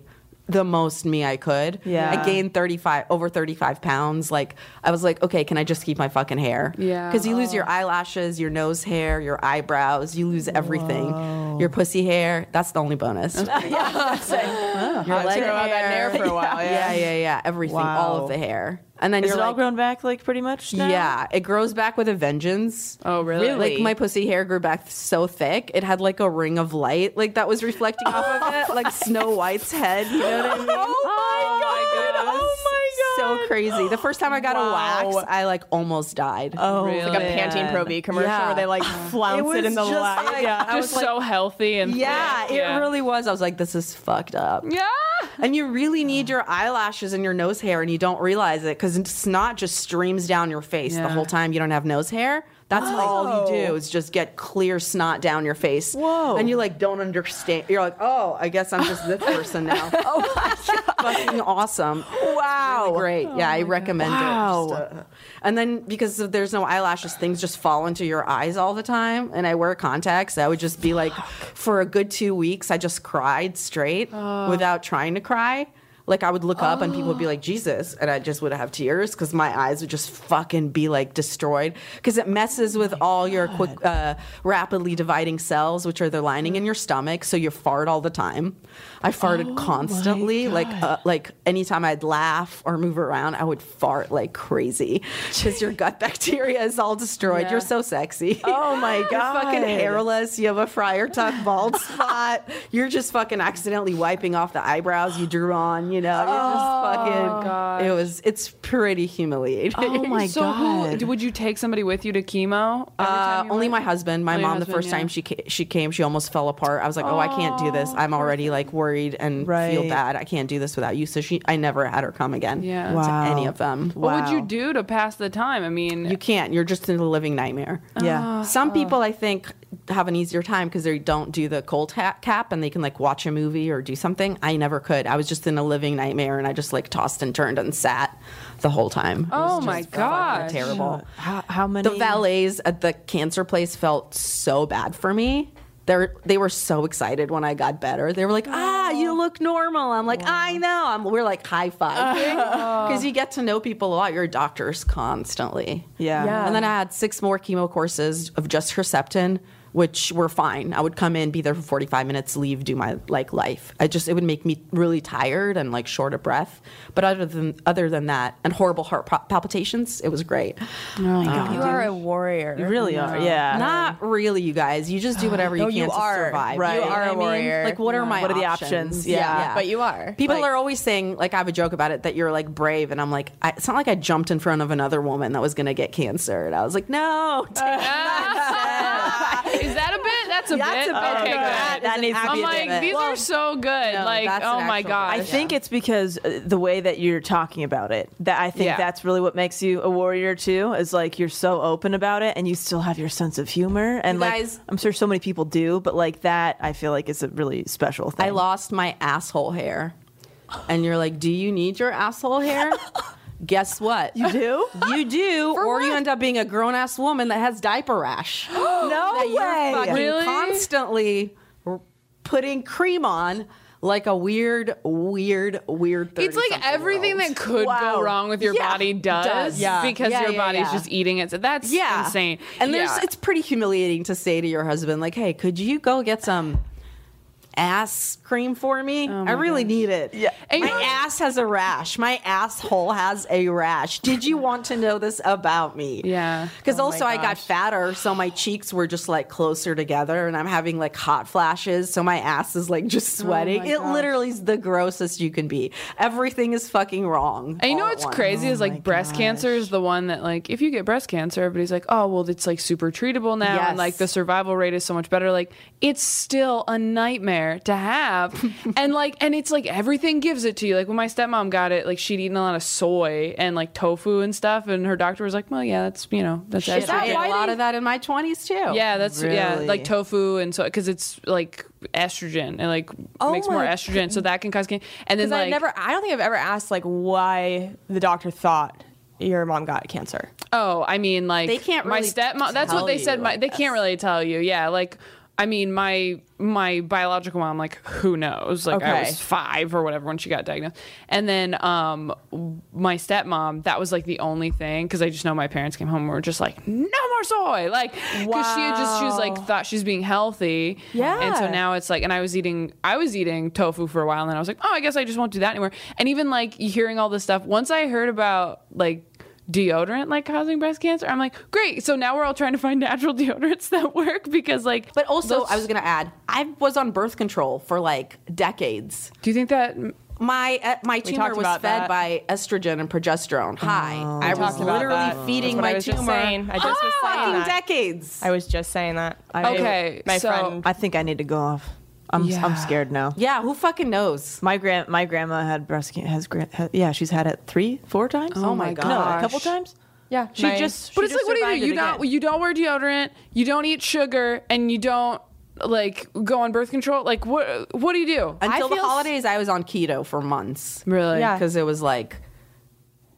F: the most me I could.
D: Yeah.
F: I gained 35 over 35 pounds. Like I was like, okay, can I just keep my fucking hair?
E: Yeah.
F: Because you lose your eyelashes, your nose hair, your eyebrows. You lose everything. Your pussy hair. That's the only bonus. your
G: I'll
F: leg
G: throw out that hair for a while,
F: Yeah, yeah, yeah. Everything. All
D: Wow.
F: of the hair. And then
D: Is
F: you're
D: it all
F: like-
D: grown back like pretty much? now?
F: Yeah, it grows back with a vengeance.
E: Oh, really?
F: Like my pussy hair grew back so thick, it had like a ring of light, like that was reflecting off of it, like Snow White's head. You know what I mean?
E: Oh my God.
F: Oh my god! So crazy. The first time I got a wax, I like almost died.
G: Oh, it's like a Pantene Pro V commercial
F: Yeah.
G: where they like flounce it, in the light.
F: yeah, I
E: Just so healthy and
F: yeah,
E: thick.
F: it really was. I was like, this is fucked up.
E: Yeah.
F: And you really need your eyelashes and your nose hair, and you don't realize it because snot just streams down your face the
E: Yeah.
F: whole time you don't have nose hair. That's all you do is just get clear snot down your face. Whoa. And you like don't understand. You're like, oh, I guess I'm just this person now. oh my God. Fucking awesome. Wow. great. Yeah, I recommend it. Just, uh, and then because of- there's no eyelashes, things just fall into your eyes all the time. And I wear contacts. I would just be like, for a good two weeks, I just cried straight without trying to cry. Like I would look up and people would be like Jesus, and I just would have tears because my eyes would just fucking be like destroyed because it messes with all your quick, uh, rapidly dividing cells, which are the lining in your stomach. So you fart all the time. I farted constantly. Like uh, like anytime I'd laugh or move around, I would fart like crazy because your gut bacteria is all destroyed. You're so sexy. Oh my god! You're fucking hairless. You have a fryer tuck bald spot. You're just fucking accidentally wiping off the eyebrows you drew on. You know, you're just fucking. It was. It's pretty humiliating.
D: Oh my
E: so
D: god.
E: Who, would you take somebody with you to chemo? every
F: Uh,
E: time you
F: only
E: went?
F: my husband. My
E: Oh, your
F: mom, the
E: husband,
F: first
E: yeah.
F: time she ca- she came, she almost fell apart. I was like, oh, I can't do this. I'm already like worried and feel
D: Right.
F: bad. I can't do this without you. So she, I never had her come again.
E: Yeah.
F: To
D: Wow.
F: any of them.
E: What would you do to pass the time? I mean,
F: You can't. You're just in a living nightmare.
E: Oh,
D: Yeah.
F: Some people, I think, have an easier time because they don't do the cold ha- cap and they can like watch a movie or do something. I never could. I was just in a living nightmare and I just like tossed and turned and sat the whole time. It
E: Oh
F: was
E: my
F: just fucking
E: gosh.
F: Terrible.
D: How, how many?
F: The valets at the cancer place felt so bad for me. They're, they were so excited when I got better. They were like, "Ah, you look normal." I'm like, "I know." I'm, we're like high five because you get to know people a lot. You're doctors constantly.
D: Yeah. Yeah.
F: And then I had six more chemo courses of just Herceptin, which were fine. I would come in, be there for 45 minutes, leave, do my like life. I just it would make me really tired and like short of breath. But other than other than that, and horrible heart pal- palpitations, it was great.
G: You are a warrior.
D: You really are. Yeah.
F: Not really, you guys. You just do whatever you
G: No,
F: can
G: you
F: to
G: are.
F: survive.
G: Right. You
F: know
G: are
F: what
G: a
F: I mean?
G: warrior.
F: Like, what are my
D: What are the options? Yeah.
G: But you are.
F: People
G: Like-
F: are always saying, like, I have a joke about it that you're like brave, and I'm like, I, it's not like I jumped in front of another woman that was gonna get cancer, and I was like, no,
E: Ah. is that a bit? That's a
F: That's
E: bit.
F: a bit. Oh
E: Okay,
F: That-
E: good.
F: that needs to
E: I'm
F: be a
E: like,
F: bit.
E: these
F: Well,
E: are so good.
F: no,
E: like,
F: that's an
E: oh my
F: actual
E: gosh.
F: bit.
D: I think it's because uh, the way that you're talking about it. That I think
E: Yeah.
D: that's really what makes you a warrior too. Is like you're so open about it, and you still have your sense of humor. And
F: You
D: like
F: guys-
D: I'm sure so many people do, but like that, I feel like is a really special thing.
F: I lost my asshole hair. And you're like, do you need your asshole hair? Guess what? You
D: do?
F: You do, or you end up being a grown ass woman that has diaper rash. no
D: way.
F: You're fucking
E: Really?
F: constantly r- putting cream on. like a weird, weird, weird.
E: It's like
F: 30-something
E: everything
F: world.
E: that could
F: Wow.
E: go wrong with your
F: Yeah.
E: body does,
F: Does. Yeah.
E: because
F: Yeah,
E: your
F: yeah,
E: body's
F: yeah.
E: just eating it. So that's
F: yeah.
E: insane.
F: And there's
E: Yeah.
F: it's pretty humiliating to say to your husband, like, hey, could you go get some ass cream for me?
E: Oh
F: I really need it. Yeah.
E: And
F: my
E: you know-
F: ass has a rash. My asshole has a rash. Did you want to know this about me?
E: Yeah. Oh
F: Because also I got fatter, so my cheeks were just like closer together and I'm having like hot flashes, so my ass is like just
E: Oh
F: sweating. it literally is the grossest you can be. Everything is fucking wrong.
E: And you know
F: all at
E: what's
F: once.
E: crazy is like breast cancer is the one that like if you get breast cancer, everybody's like, oh well, it's like super treatable now,
F: Yes.
E: and like the survival rate is so much better. Like it's still a nightmare to have, and like and it's like everything gives it to you. Like when my stepmom got it, like she'd eaten a lot of soy and like tofu and stuff, and her doctor was like, well, yeah, that's you know that's
F: Is that
E: estrogen.
F: why a lot of that in my 20s too?
E: Yeah, that's yeah,
F: Oh, Really?
E: like tofu and so because it's like estrogen and like makes more
F: Oh my
E: estrogen, so that can cause can- and then
G: Because
E: like
G: I never, I don't think I've ever asked like why the doctor thought your mom got cancer.
E: Oh, I mean, like
F: They can't
E: my
F: really
E: stepmom. That's what
F: tell
E: they said.
F: you,
E: My,
F: I
E: they can't
F: guess.
E: really tell you. Yeah, like I mean, my my biological mom. Like who knows? Like I
G: Okay.
E: was five or whatever when she got diagnosed, and then um my stepmom. That was like the only thing because I just know my parents came home and were just like, no more soy. Like because she had just she was like thought she's being healthy.
G: Yeah.
E: and so now it's like, and I was eating I was eating tofu for a while, and then I was like, oh, I guess I just won't do that anymore. And even like hearing all this stuff, once I heard about like deodorant like causing breast cancer i'm like great so now we're all trying to find natural deodorants that work because like
F: But also, I was going to add, I was on birth control for like decades.
E: do you think that mm,
F: My uh, my tumor
G: talked
F: was
G: about
F: fed
G: that. Oh,
F: by estrogen and progesterone. Hi, I was
G: talked about
F: literally
G: that.
F: feeding
G: That's what
F: my
G: I was
F: tumor.
G: just saying. I just was saying
F: fucking
G: that.
F: decades.
G: I was just saying that. I,
E: Okay,
G: my
E: so-
G: friend.
D: I think I need to go off. I'm
E: Yeah.
D: I'm scared now.
F: yeah, who fucking knows?
D: My grand my grandma had breast cancer. Has, gran- ha- yeah, she's had it three, four times.
E: Oh my
D: No,
E: gosh.
D: a couple times.
G: Yeah,
D: she
G: my-
D: just. she
E: but it's like
D: just
E: what do you
D: survived
E: do you
D: it
E: don't
D: again.
E: you don't wear deodorant you don't eat sugar and you don't like go on birth control like what what do you do
F: Until the
G: feel s-
F: holidays, I was on keto for months.
E: Really? Yeah.
F: Because it was like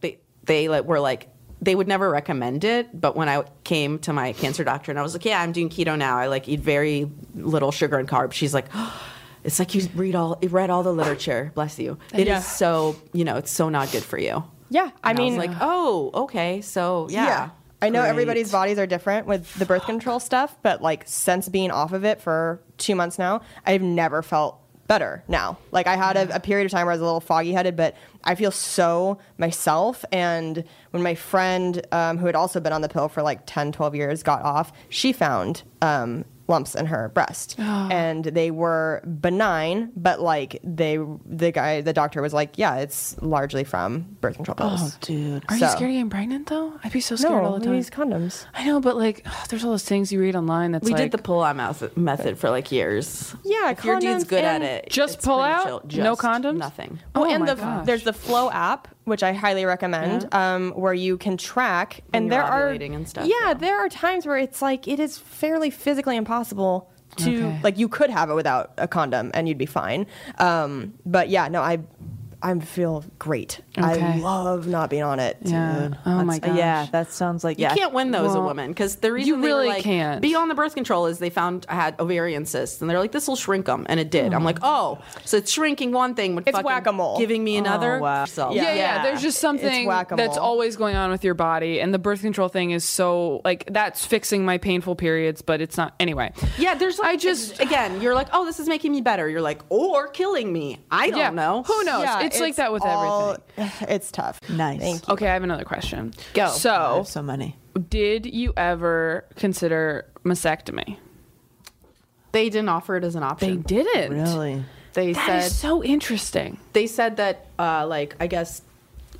F: they they like were like they would never recommend it, but when I came to my cancer doctor and I was like, "Yeah, I'm doing keto now. I like eat very little sugar and carbs." She's like. "Oh, It's like you read all, you read all the literature. Bless you. It is
G: Yeah.
F: so, you know, it's so not good for you.
G: Yeah, I
F: And
G: mean, uh,
F: was like, oh, okay, so yeah,
G: I know
F: Great.
G: everybody's bodies are different with the birth control stuff, but like since being off of it for two months now, I've never felt better now. Like I had a, a period of time where I was a little foggy headed, but I feel so myself. And when my friend, um, who had also been on the pill for like 10, 12 years, got off, she found um, lumps in her breast and they were benign but like they the guy the doctor was like yeah it's largely from birth control pills
D: dude.
E: are you
G: so-
E: scared of getting pregnant though i'd be so Oh, scared all the
G: we
E: time
G: use condoms.
E: i know but like there's all those things you read online that's
F: We
E: like
F: did the pull out mouth- method for like years.
G: Yeah,
F: if your dude's
G: condoms
F: good at
G: and-
F: it,
E: Just
F: it's
E: pull
F: pretty
E: out? No condoms?
F: nothing.
E: Oh
G: well, and
E: my
G: the
E: gosh.
G: there's the Flow app, which I highly recommend, um, where you can track. and
F: you're
G: there are
F: ovulating and stuff,
G: Yeah,
F: yeah.
G: there are times where it's like it is fairly physically impossible to
E: Okay.
G: like you could have it without a condom and you'd be fine. Um, but yeah, no, I I feel great. I
E: Okay.
G: love not being on it.
E: yeah oh my gosh
D: uh, Yeah, that sounds like
F: You
D: yeah.
F: can't win though as a woman because the reason they were
E: really
F: like,
E: can't.
F: be on the birth control is they found I had ovarian cysts and they're like this will shrink them and it did. I'm like oh so it's shrinking one thing but
G: It's
F: fucking
G: whack-a-mole.
F: giving me another.
D: wow.
F: So,
E: yeah, yeah,
G: Yeah.
E: There's just
G: It's
E: something
G: whack-a-mole.
E: that's always going on with your body, and the birth control thing is so like that's fixing my painful periods, but it's not anyway.
F: Yeah, there's like
E: I just
F: again you're like oh this is making me better. You're like or killing me. I don't
E: yeah,
F: know.
E: Who knows? it's, like that with everything.
G: everything. It's tough.
D: Nice.
G: Thank you.
E: Okay, I have another question.
F: Go.
D: I
E: So,
D: have so many.
E: did you ever consider mastectomy?
F: They didn't offer it as an
E: They
F: option.
E: didn't.
D: Really?
F: They,
E: That
F: said
E: is so interesting.
F: they said that uh, like I guess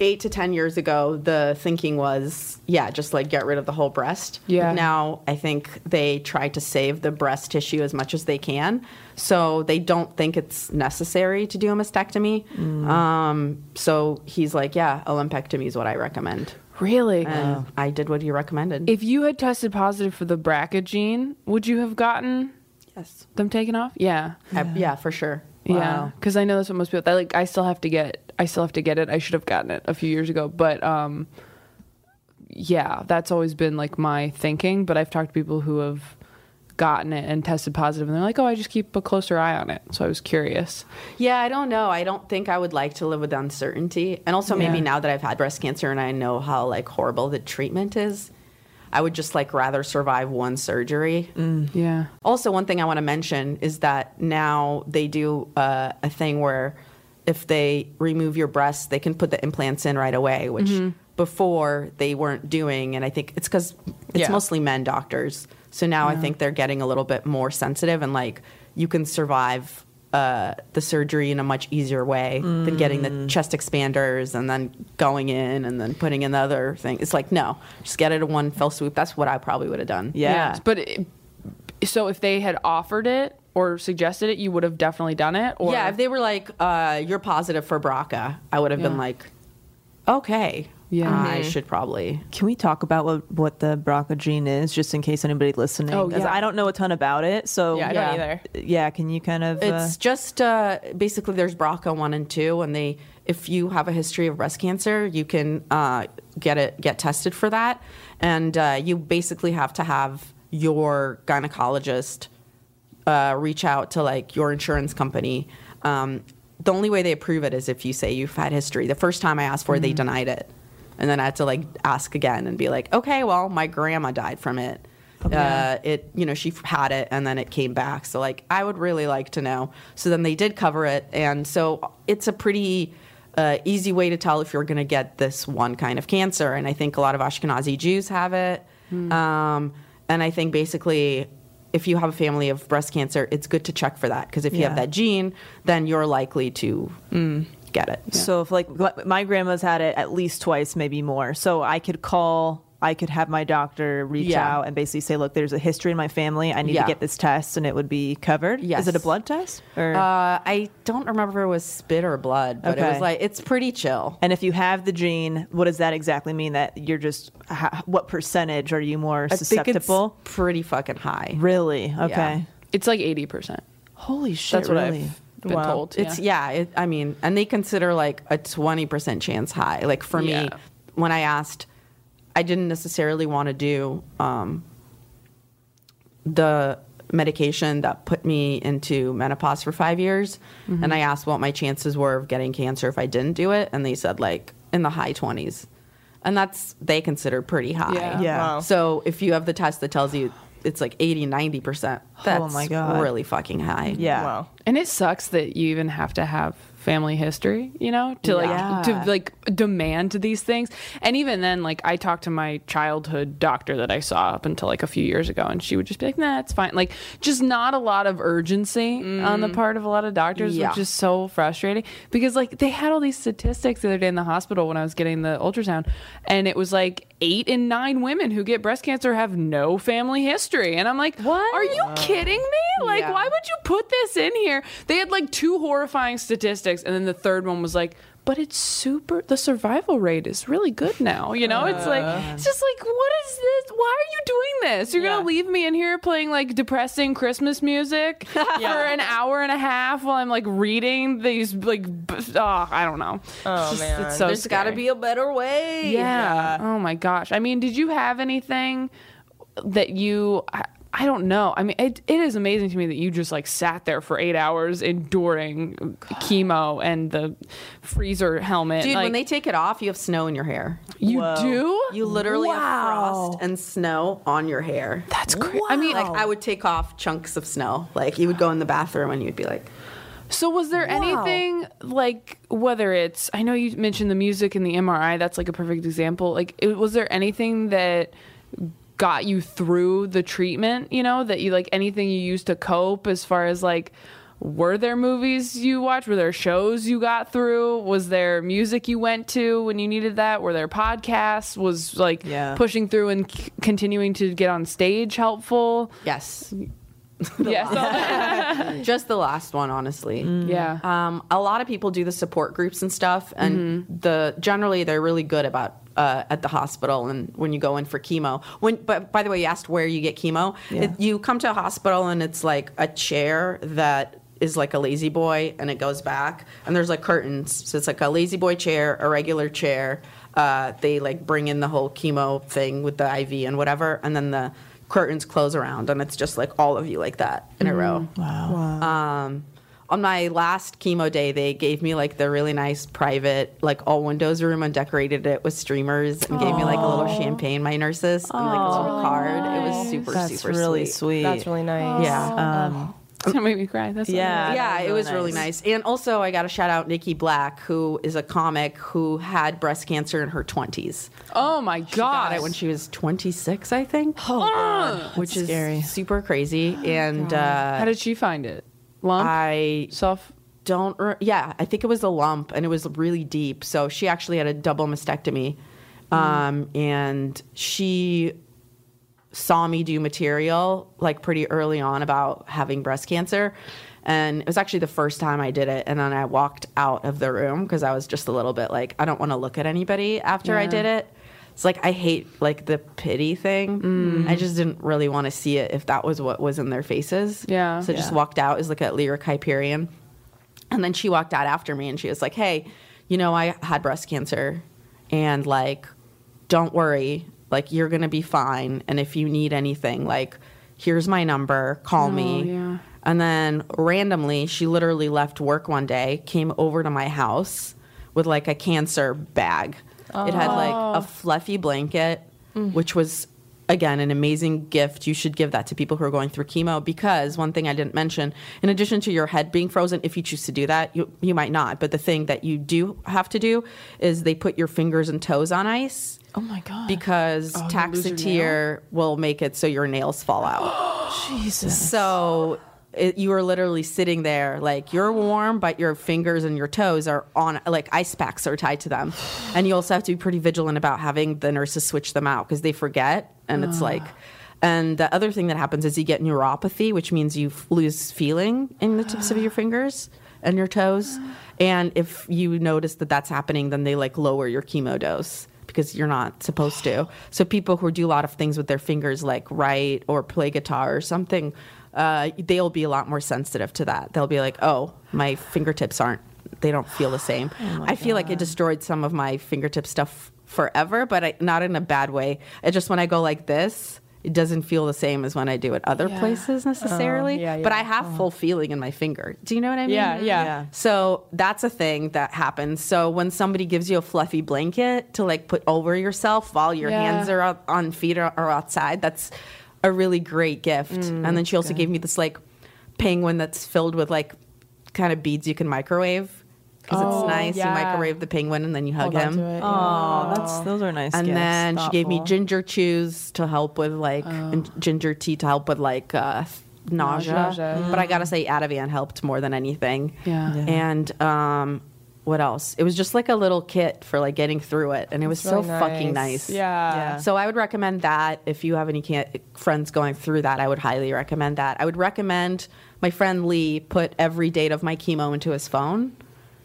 F: eight to ten years ago the thinking was yeah just like get rid of the whole breast.
E: Yeah.
F: Now I think they try to save the breast tissue as much as they can, so they don't think it's necessary to do a mastectomy.
E: Mm.
F: Um, so he's like, yeah, a lumpectomy is what I recommend.
E: Really?
F: And I did what he recommended.
E: If you had tested positive for the BRCA gene, would you have gotten
F: yes.
E: them taken off? Yeah.
F: Yeah, yeah for sure.
E: Yeah, because I know that's what most people. That, like, I still have to get. I still have to get it. I should have gotten it a few years ago, but um, yeah, that's always been like my thinking. But I've talked to people who have gotten it and tested positive, and they're like, "Oh, I just keep a closer eye on it." So I was curious.
F: Yeah, I don't know. I don't think I would like to live with uncertainty. And also maybe now that I've had breast cancer and I know how like horrible the treatment is, I would just like rather survive one surgery.
E: Yeah.
F: Also, one thing I want to mention is that now they do uh, a thing where if they remove your breasts, they can put the implants in right away, which before they weren't doing. And I think it's because it's
G: Yeah.
F: mostly men doctors. So now I think they're getting a little bit more sensitive and like you can survive. Uh, the surgery in a much easier way than getting the chest expanders and then going in and then putting in the other thing. It's like, no, just get it in one fell swoop. That's what I probably would have done.
D: Yeah.
E: But it, so if they had offered it or suggested it, you would have definitely done it. Or
F: yeah, if they were like, uh, "You're positive for BRCA," I would have been
E: Yeah.
F: like, "Okay,
E: Yeah. Mm-hmm.
F: I should probably."
D: Can we talk about what, what the BRCA gene is, just in case anybody listening?
E: Oh,
D: 'Cause
E: yeah.
D: I don't know a ton about it. So
G: Yeah, I don't either.
D: Yeah, can you kind of? uh,
F: It's just uh, basically there's BRCA one and two, and they if you have a history of breast cancer, you can uh, get it get tested for that, and uh, you basically have to have your gynecologist uh, reach out to like your insurance company. Um, the only way they approve it is if you say you've had history. The first time I asked for it, they
E: Mm-hmm.
F: denied it, and then I had to like ask again and be like, okay, well, my grandma died from it.
D: Oh,
F: Uh, it you know she f- had it and then it came back. So like I would really like to know. So then they did cover it, and so it's a pretty uh, easy way to tell if you're going to get this one kind of cancer. And I think a lot of Ashkenazi Jews have it.
D: Hmm.
F: Um, and I think basically, if you have a family of breast cancer, it's good to check for that because if you have
D: Yeah.
F: that gene, then you're likely to mm, get it.
D: So if like gl- my grandma's had it at least twice, maybe more. So I could call, I could have my doctor reach
F: Yeah.
D: out and basically say, look, there's a history in my family. I need
F: Yeah.
D: to get this test, and it would be covered.
F: Yes.
D: Is it a blood test? Or
F: Uh, I don't remember if it was spit or blood, but it was
D: Okay.
F: like it's pretty chill.
D: and if you have the gene, what does that exactly mean? That you're just ha- what percentage are you more
F: I think it's
D: susceptible?
F: pretty fucking high.
D: really? Okay.
E: it's like eighty percent.
D: Holy shit!
E: That's what
D: really?
E: I've been told.
F: It's
E: yeah.
F: yeah. it, I mean, and they consider like a twenty percent chance high. Like for me,
E: Yeah.
F: when I asked, I didn't necessarily want to do um, the medication that put me into menopause for five years,
E: Mm-hmm.
F: and I asked what my chances were of getting cancer if I didn't do it, and they said like in the high twenties, and that's they consider pretty high.
E: Yeah.
D: Yeah.
G: Wow.
F: So if you have the test that tells you it's like 80, 90%, that's
D: Oh my God.
F: really fucking high.
D: Yeah.
G: Wow.
E: And it sucks that you even have to have family history, you know, to like
D: Yeah.
E: to like demand these things. And even then, like I talked to my childhood doctor that I saw up until like a few years ago, and she would just be like, "Nah, it's fine." Like just not a lot of urgency on the part of a lot of doctors,
F: Mm. Yeah.
E: which is so frustrating because like they had all these statistics the other day in the hospital when I was getting the ultrasound, and it was like eight in nine women who get breast cancer have no family history, and I'm like, "What? Are you kidding me? Like,
F: Yeah.
E: why would?" would you put this in here? They had like two horrifying statistics, and then the third one was like, but it's super. The survival rate is really good now. You know, it's like it's just like, what is this? Why are you doing this? You're gonna leave me in here playing like depressing Christmas music for an hour and a half while I'm like reading these like, b- oh, I don't know. Oh man, it's so
F: There's got to
E: scary.
F: be a better way.
E: Yeah. Oh my gosh. I mean, did you have anything that you? I, I don't know. I mean, it, it is amazing to me that you just like sat there for eight hours enduring chemo and the freezer helmet.
F: Dude, when
E: Like,
F: they take it off, you have snow in your hair.
E: you do
F: You literally have frost
E: Wow.
F: and snow on your hair.
E: That's crazy. I mean,
F: Like I would take off chunks of snow. Like you would go in the bathroom and you'd be like,
E: So was there anything like whether it's I know you mentioned the music and the MRI that's like a perfect example like it, was there anything that got you through the treatment you know that you like anything you used to cope as far as like were there movies you watched were there shows you got through was there music you went to when you needed that were there podcasts was like
D: Yeah.
E: pushing through and c- continuing to get on stage helpful
F: "Yes,
E: yes
F: just the last one, honestly."
E: yeah
F: Um, a lot of people do the support groups and stuff, and the generally they're really good about uh, at the hospital and when you go in for chemo. When, but by the way, you asked where you get chemo. It, you come to a hospital and it's like a chair that is like a lazy boy and it goes back and there's like curtains so it's like a lazy boy chair a regular chair uh, they like bring in the whole chemo thing with the iv and whatever and then the curtains close around and it's just like all of you like that in a row. Wow. Um, on my last chemo day, they gave me like the really nice private, like all windows room and decorated it with streamers and gave me like a little champagne, my nurses, and like a little card. It was super,
D: That's
F: super
D: really
F: sweet.
D: sweet. um,
G: That's really nice.
F: Yeah.
E: That made me cry. That's
D: Yeah.
E: yeah.
F: yeah, it was really nice. And also, I got to shout out Nikki Black, who is a comic who had breast cancer in her 20s.
E: Oh my
F: Got
E: god.
F: it when she was 26, I think. Oh, which is
D: scary.
F: super crazy. and
E: How
F: uh,
E: did she find it? Lump.
F: I
E: Self.
F: don't, re- yeah, I think it was a lump and it was really deep. So she actually had a double mastectomy.
E: Mm.
F: Um, and she saw me do material like pretty early on about having breast cancer. And it was actually the first time I did it. And then I walked out of the room because I was just a little bit like, I don't want to look at anybody after I did it. It's like I hate like the pity thing.
E: Mm.
F: I just didn't really want to see it if that was what was in their faces.
E: Yeah.
F: So just walked out is like a lyric Hyperion. And then she walked out after me and she was like, Hey, you know, I had breast cancer and like, don't worry, like, you're gonna be fine. And if you need anything, like, here's my number, call me.
E: yeah.
F: And then randomly, she literally left work one day, came over to my house with like a cancer bag. It had like a fluffy blanket, which was again an amazing gift. You should give that to people who are going through chemo because one thing I didn't mention, in addition to your head being frozen, if you choose to do that, you you might not. But the thing that you do have to do is they put your fingers and toes on ice. Oh my god. Oh, Because Taxotere will make it so your nails fall out. So it, you are literally sitting there, like you're warm, but your fingers and your toes are on, like ice packs are tied to them. And you also have to be pretty vigilant about having the nurses switch them out because they forget. And it's like, and the other thing that happens is you get neuropathy, which means you f- lose feeling in the tips of your fingers and your toes. And if you notice that that's happening, then they like lower your chemo dose because you're not supposed to. So people who do a lot of things with their fingers, like write or play guitar or something, uh, they'll be a lot more sensitive to that. They'll be like, "Oh, my fingertips aren't. They don't feel the same."
G: Oh
F: I feel like it destroyed some of my fingertip stuff forever, but I, not in a bad way. It just when I go like this. It doesn't feel the same as when I do it other places necessarily,
G: Oh, yeah,
F: but
G: yeah. Oh.
F: I have full feeling in my finger. Do you know what I mean?
G: Yeah, yeah. Yeah.
F: So that's a thing that happens. So when somebody gives you a fluffy blanket to like put over yourself while your
E: Yeah.
F: hands are out on feet or, or outside, that's a really great gift.
G: Mm,
F: and then she also gave me this like penguin that's filled with like kind of beads you can microwave because it's nice.
G: Oh, yeah.
F: You microwave the penguin and then you hug
G: Hold on
F: him.
G: to it.
D: Oh, that's those are nice.
F: And
D: gifts.
F: then she gave me
D: Thoughtful.
F: ginger chews to help with like and ginger tea to help with like uh, nausea.
E: Nausea.
F: But I gotta say, Ativan helped more than anything.
E: Yeah. Yeah.
F: And um, what else? It was just like a little kit for like getting through it, and it was so
G: really
F: fucking nice.
G: nice. Yeah. Yeah.
F: So I would recommend that if you have any can- friends going through that, I would highly recommend that. I would recommend my friend Lee put every date of my chemo into his phone.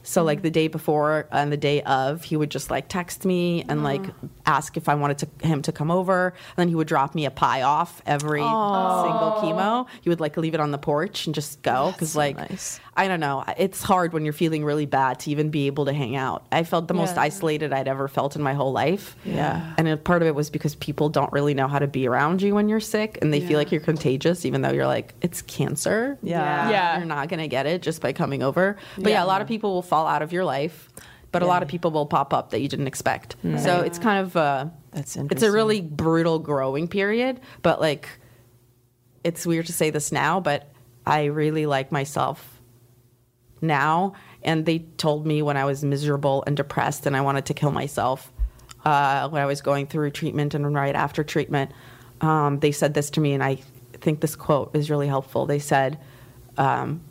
F: So like the day before and the day of, he would just like text me and like ask if I wanted to, him to come over. And then he would drop me a pie off every single chemo. He would like leave it on the porch and just go because like I don't know, it's hard when you're feeling really bad to even be able to hang out. I felt the most isolated I'd ever felt in my whole life. Yeah, and a part of it was because people don't really know how to be around you when you're sick, and they feel like you're contagious, even though you're like it's cancer.
D: Yeah.
G: Yeah.
F: you're not gonna get it just by coming over. But yeah, a lot of people will fall out of your life, but a lot of people will pop up that you didn't expect. So it's kind of a
D: Mm-hmm. That's
F: it's a
D: interesting.
F: really brutal growing period. But like, it's weird to say this now, but I really like myself now. And they told me when I was miserable and depressed and I wanted to kill myself uh, when I was going through treatment and right after treatment, um, they said this to me, and I think this quote is really helpful. They said, um,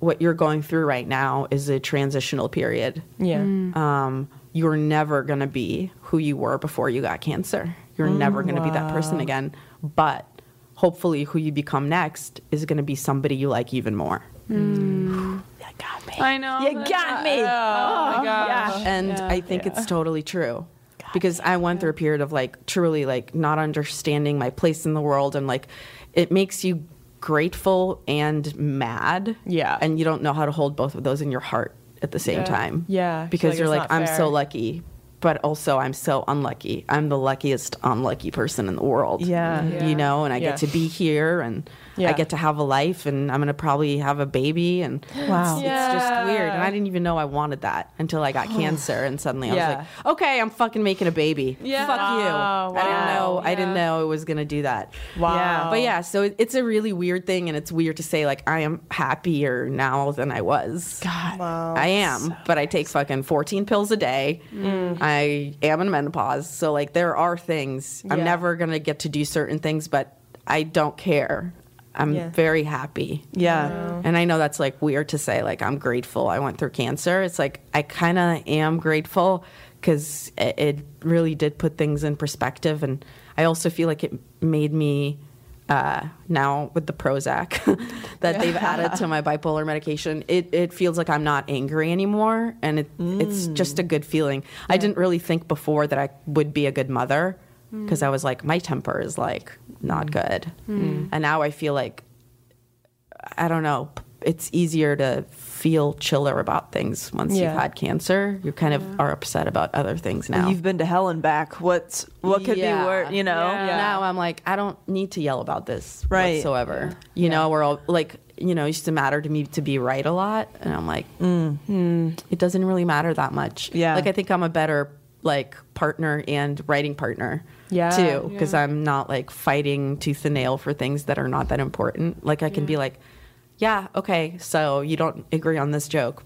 F: What you're going through right now is a transitional period
G: Yeah.
E: mm.
F: um, you're never going to be who you were before you got cancer. You're never going to be that person again. But hopefully, who you become next is going to be somebody you like even more. that got me.
E: I know.
D: You got me.
E: Oh my gosh.
F: And I think it's totally true. because I went through a period of like truly like not understanding my place in the world and like it makes you grateful and mad.
G: Yeah.
F: And you don't know how to hold both of those in your heart at the same time.
G: Yeah. I feel
F: Because
G: like
F: you're
G: it's
F: like,
G: not
F: I'm
G: fair.
F: so lucky. but also I'm so unlucky. I'm the luckiest unlucky person in the world.
D: Yeah.
F: You know, and I get to
G: Yeah.
F: be here and
G: Yeah.
F: I get to have a life and I'm going to probably have a baby and wow. It's, it's just weird. And I didn't even know I wanted that until I got cancer and suddenly I
G: Yeah.
F: was like, "Okay, I'm fucking making a baby." Yeah. Fuck you.
G: Wow,
F: I didn't
G: wow.
F: know I didn't know it was going to do that.
G: Wow.
F: Yeah. But yeah, so it- it's a really weird thing and it's weird to say like I am happier now than I was. God. I am, but I take fucking 14 pills a day. I am in menopause. So, like, there are things. I'm never going to get to do certain things, but I don't care. I'm very happy.
D: Yeah.
F: And I know that's like weird to say, like, I'm grateful I went through cancer. It's like, I kind of am grateful because it, it really did put things in perspective. And I also feel like it made me uh, now with the Prozac that they've added to my bipolar medication, it, it feels like I'm not angry anymore. And it, it's just a good feeling. I didn't really think before that I would be a good mother because I was like, my temper is like not good.
D: Mm.
F: And now I feel like, I don't know, it's easier to feel chiller about things once you've
G: Yeah.
F: had cancer. You kind of are upset about other things now.
D: You've been to hell and back. What's what could
F: Yeah.
D: be worse? You know.
F: Yeah. Now I'm like, I don't need to yell about this
D: Right.
F: whatsoever. You know, we're all like, you know, it used to matter to me to be right a lot, and I'm like, "Hmm,
G: Mm.
F: it doesn't really matter that much.
D: Yeah.
F: like I think I'm a better like partner and writing partner.
G: Yeah.
F: too, because I'm not like fighting tooth and nail for things that are not that important. Like I can be like, yeah, okay, so you don't agree on this joke,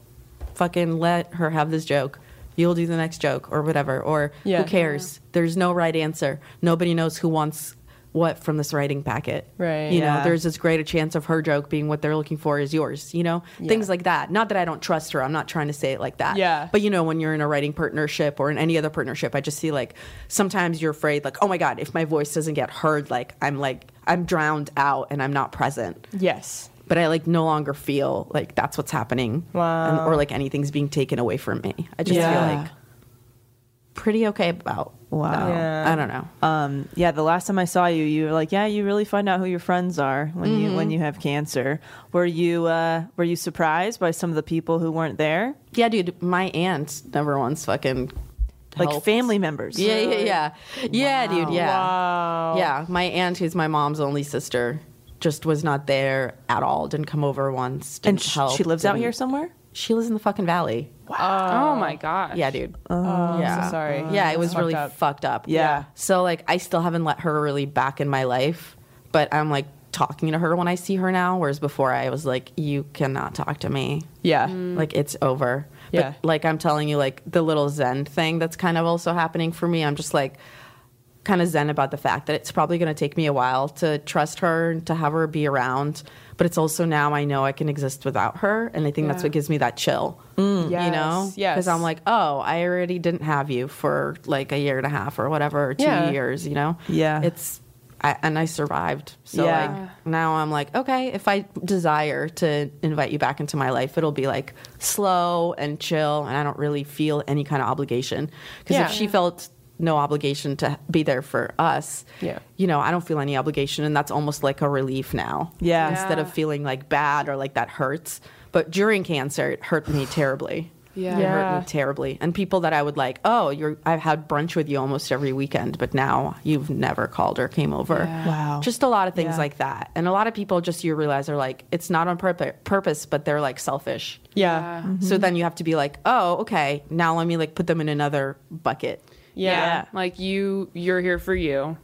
F: fucking let her have this joke. You'll do the next joke or whatever, or
G: Yeah.
F: who cares? There's no right answer. Nobody knows who wants what from this writing packet.
G: Right.
F: You
D: Yeah.
F: know, there's as great a chance of her joke being what they're looking for as yours, you know? Things like that. Not that I don't trust her. I'm not trying to say it like that.
G: Yeah.
F: But you know, when you're in a writing partnership or in any other partnership, I just see like sometimes you're afraid, like, oh my God, if my voice doesn't get heard, like I'm like, I'm drowned out and I'm not present
G: Yes.
F: but I like no longer feel like that's what's happening
G: Wow.
F: and- or like anything's being taken away from me. I just
G: Yeah.
F: feel like pretty okay about
D: Wow.
F: that.
G: Yeah.
F: I don't know.
D: Um, yeah, the last time I saw you, you were like, "Yeah, you really find out who your friends are when you
F: Mm-hmm.
D: when you have cancer." Were you uh, were you surprised by some of the people who weren't there,
F: Yeah, dude, my aunt never once fucking
D: like
F: helped.
D: family members?
F: Yeah, yeah, yeah. Yeah, dude, yeah. Yeah, my aunt who's my mom's only sister just was not there at all. Didn't come over once. Didn't
D: and sh-
F: help.
D: she lives out
F: didn't-
D: here somewhere.
F: She lives in the fucking valley.
E: Oh my god.
F: Yeah, dude.
D: Oh,
G: I'm
F: yeah.
G: so sorry.
F: Yeah,
G: That's
F: it was
G: fucked
F: really
G: up.
F: fucked up.
D: Yeah.
F: So like I still haven't let her really back in my life, but I'm like talking to her when I see her now, whereas before I was like, You cannot talk to me.
G: Yeah.
F: Like it's over.
G: Mm. Yeah.
F: But like I'm telling you, like the little Zen thing that's kind of also happening for me, I'm just like kind of zen about the fact that it's probably going to take me a while to trust her and to have her be around but it's also now i know i can exist without her and i think that's what gives me that chill you know
G: Mm. Yes, yes.
F: because i'm like oh i already didn't have you for like a year and a half or whatever or two
G: Yeah.
F: years you know
D: Yeah.
F: it's I, and i survived so
D: Yeah.
F: like now i'm like okay if i desire to invite you back into my life it'll be like slow and chill and i don't really feel any kind of obligation because
G: Yeah.
F: if she felt no obligation to be there for us
G: Yeah.
F: you know i don't feel any obligation and that's almost like a relief now
D: Yeah.
F: instead of feeling like bad or like that hurts but during cancer it hurt me terribly
E: Yeah.
F: it hurt
G: Yeah.
F: me terribly and people that i would like oh you're i've had brunch with you almost every weekend but now you've never called or came over
D: Wow.
F: just a lot of things
D: Yeah.
F: like that and a lot of people just you realize are like it's not on purpo- purpose but they're like selfish
G: Yeah.
F: so then you have to be like oh okay now let me like put them in another bucket
E: Yeah. Like you you're here for you.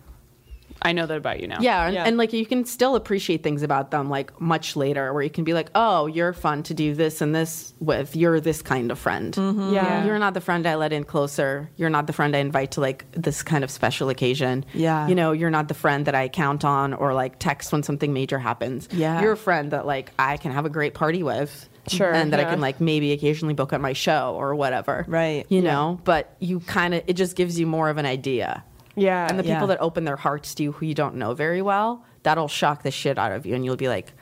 E: I know that about you now.
F: Yeah, and,
G: Yeah.
F: and like you can still appreciate things about them like much later, where you can be like, "Oh, you're fun to do this and this with. You're this kind of friend.
G: Yeah.
F: Um, You're not the friend I let in closer. You're not the friend I invite to like this kind of special occasion.
D: Yeah.
F: you know, you're not the friend that I count on or like text when something major happens.
D: Yeah.
F: you're a friend that like I can have a great party with.
G: Sure,
F: and that I
G: yeah.
F: can like maybe occasionally book on my show or whatever.
D: Right.
F: you know, but you kind of it just gives you more of an idea.
G: Yeah.
F: And the
D: Yeah.
F: people that open their hearts to you who you don't know very well, that'll shock the shit out of you. And you'll be like,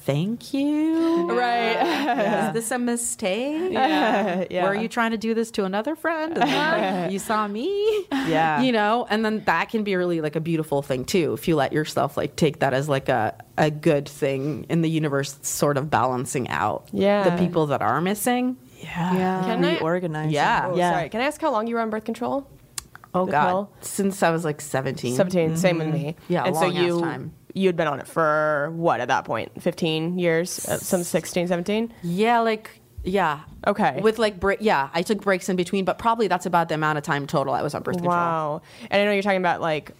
F: thank you.
G: Right.
F: Is this a mistake?
G: yeah.
F: Were you trying to do this to another friend? And then, like, you saw me.
D: Yeah.
F: You know, and then that can be really like a beautiful thing too, if you let yourself like take that as like a, a good thing in the universe sort of balancing out
G: Yeah.
F: the people that are missing.
D: Yeah.
E: Yeah.
G: Can I-
D: Reorganizing.
F: Yeah.
G: Oh,
D: yeah.
G: sorry. Can I ask how long you were on birth control?
F: Oh
G: The
F: god.
G: pill?
F: Since I was like 17.
G: 17 same with me
F: Mm-hmm. Yeah,
G: and so
F: long-ass
G: you
F: time.
G: you'd been on it for what at that point 15 years Uh, some 16 17
F: Yeah, like yeah.
G: Okay.
F: With like break yeah, I took breaks in between, but probably that's about the amount of time total I was on birth control.
G: wow and i know you're talking about like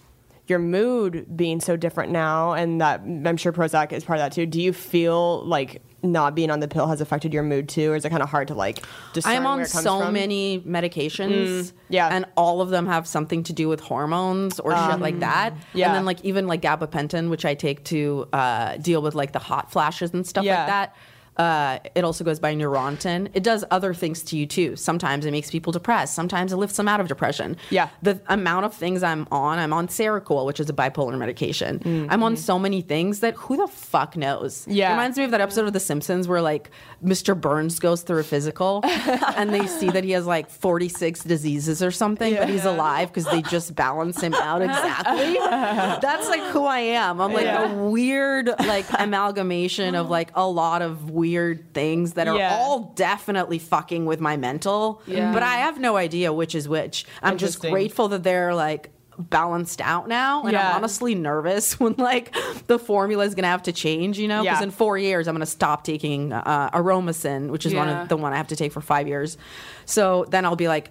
G: your mood being so different now and that i'm sure prozac is part of that too do you feel like not being on the pill has affected your mood too or is it kind of hard to like discern
F: I'm
G: where
F: on
G: it comes
F: so
G: from? Mm,
F: many medications.
G: yeah.
F: And all of them have something to do with hormones or shit like that.
G: Um, yeah.
F: And then like even like gabapentin, which I take to uh, deal with like the hot flashes and stuff
G: Yeah.
F: like that. Uh, it also goes by Neurontin. It does other things to you too. Sometimes it makes people depressed. Sometimes it lifts them out of depression.
G: Yeah.
F: The amount of things I'm on, I'm on Seroquel, which is a bipolar medication. I'm on so many things that who the fuck knows?
G: Mm, mm-hmm. Yeah.
F: It reminds me of that episode of The Simpsons where like Mr. Burns goes through a physical and they see that he has like 46 diseases or something, but he's alive because they just balance him out exactly. That's like who I am. I'm like a weird like amalgamation of like a lot of weird things that are
G: Yeah.
F: all definitely fucking with my mental. But I have no idea which is which. I'm just
G: Interesting.
F: grateful that they're like balanced out now and
G: Yeah.
F: i'm honestly nervous when like the formula is gonna have to change you know because
G: Yeah.
F: in four years i'm gonna stop taking uh aromasin which is one
E: Yeah.
F: of the one i have to take for five years so then i'll be like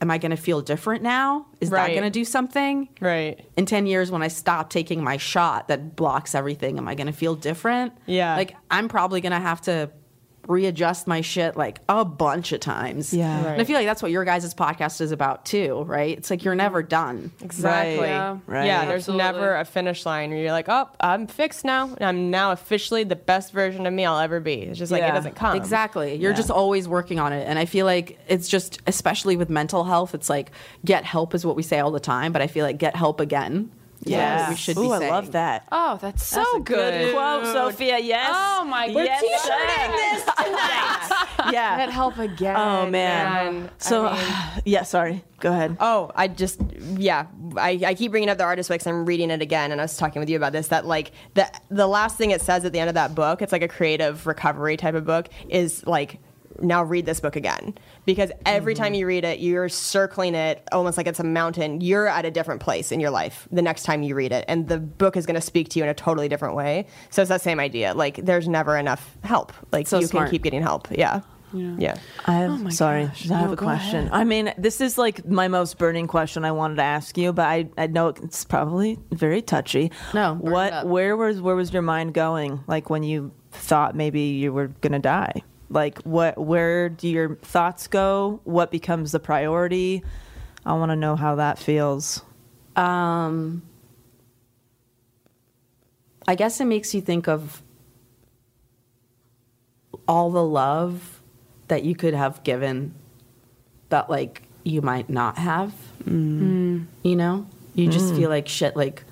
F: am i gonna feel different now is
G: Right.
F: that gonna do something
G: right
F: in 10 years when i stop taking my shot that blocks everything am i gonna feel different
G: Yeah.
F: like i'm probably gonna have to readjust my shit like a bunch of times
D: Yeah.
F: and i feel like that's what your guys' podcast is about too right it's like you're never done
G: Exactly.
D: Right,
G: Yeah.
D: right.
G: there's
E: Absolutely.
G: never a finish line where you're like, oh, I'm fixed now. and I'm now officially the best version of me I'll ever be. It's just like, it
D: Yeah.
G: doesn't come.
F: Exactly. You're just always working on it. And I feel like it's just, especially with mental health, it's like get help is what we say all the time, but I feel like get help again. is what we should be
D: Ooh, I
F: saying.
D: love that.
E: Oh, that's so
D: That's a
E: good.
D: quote, Sophia. Yes.
E: Oh my
D: We're
E: Yes,
D: t-shirting this tonight. yeah.
E: That help again.
D: Oh man.
E: I
D: So,
E: mean-
D: yeah. Sorry. Go ahead.
G: Oh, I just, yeah. I, I keep bringing up the artist because I'm reading it again. And I was talking with you about this that, like, the, the last thing it says at the end of that book, it's like a creative recovery type of book, is like, now read this book again. Because every time
E: Mm-hmm.
G: you read it, you're circling it almost like it's a mountain. You're at a different place in your life the next time you read it. And the book is going to speak to you in a totally different way. So it's that same idea. Like, there's never enough help. Like,
F: So
G: you
F: smart.
G: can keep getting help. Yeah. Yeah.
D: I have,
E: oh my
D: sorry,
E: gosh.
D: I have
E: No,
D: a
E: go
D: question.
E: ahead.
D: I mean, this is like my most burning question I wanted to ask you, but I, I know it's probably very touchy.
F: No, burn it
D: what?
F: up.
D: Where was where was your mind going? Like when you thought maybe you were gonna die? Like what? Where do your thoughts go? What becomes the priority? I want to know how that feels.
F: Um, I guess it makes you think of all the love that you could have given that, like, you might not have. You know? You just feel like shit, like,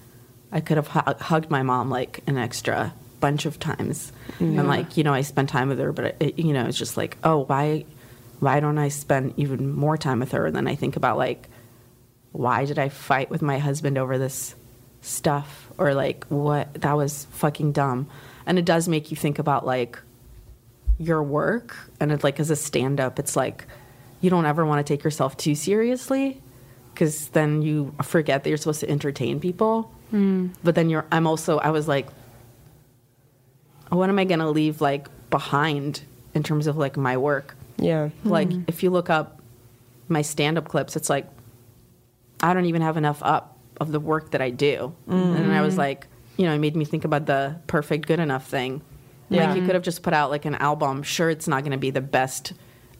F: I could have hu- hugged my mom, like, an extra bunch of times. And, like, you know, I spent time with her, but, it, you know, it's just like, oh, why, why don't I spend even more time with her? And then I think about, like, why did I fight with my husband over this stuff? Or like, what? That was fucking dumb. And it does make you think about like your work. And it like, as a stand up, it's like, you don't ever want to take yourself too seriously because then you forget that you're supposed to entertain people. But then you're, I'm also, I was like, what am I going to leave like behind in terms of like my work?
G: Yeah.
F: Mm-hmm. Like if you look up my stand up clips, it's like I don't even have enough up of the work that I do. And I
G: Mm-hmm.
F: was like, you know, it made me think about the perfect good enough thing. Like you could have just put out like an album. Sure it's not gonna be the best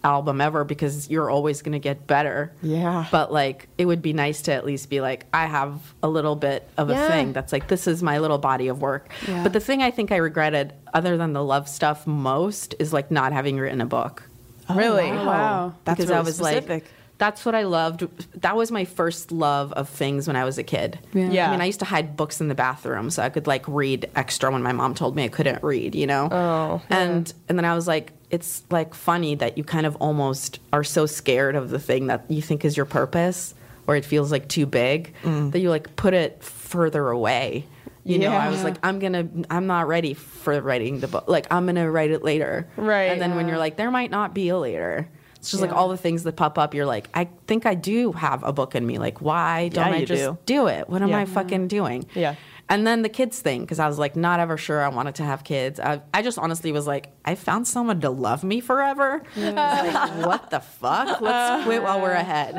F: album ever because you're always gonna get better.
G: Yeah.
F: But like it would be nice to at least be like, I have a little bit of
G: Yeah.
F: a thing that's like this is my little body of work. But the thing I think I regretted other than the love stuff most is like not having written a book
G: really?
E: Oh, Wow.
D: Oh, That's
F: because I
D: really
F: was
D: specific.
F: like, that's what I loved. That was my first love of things when I was a kid.
G: Yeah.
F: I mean, I used to hide books in the bathroom so I could like read extra when my mom told me I couldn't read, you know? Oh. And and then I was like, it's like funny that you kind of almost are so scared of the thing that you think is your purpose or it feels like too big that you like put it further away. You know, I was like, I'm gonna, I'm not ready for writing the book. Like, I'm gonna write it later.
G: Right.
F: And then when you're like, there might not be a later. It's just like all the things that pop up. You're like, I think I do have a book in me. Like, why don't
D: Yeah,
F: I
D: you
F: just
D: do.
F: do it? What am I fucking doing?
G: Yeah.
F: And then the kids thing, because I was like, not ever sure I wanted to have kids. I, I just honestly was like, I found someone to love me forever. I was like, what the fuck? Let's quit while we're ahead.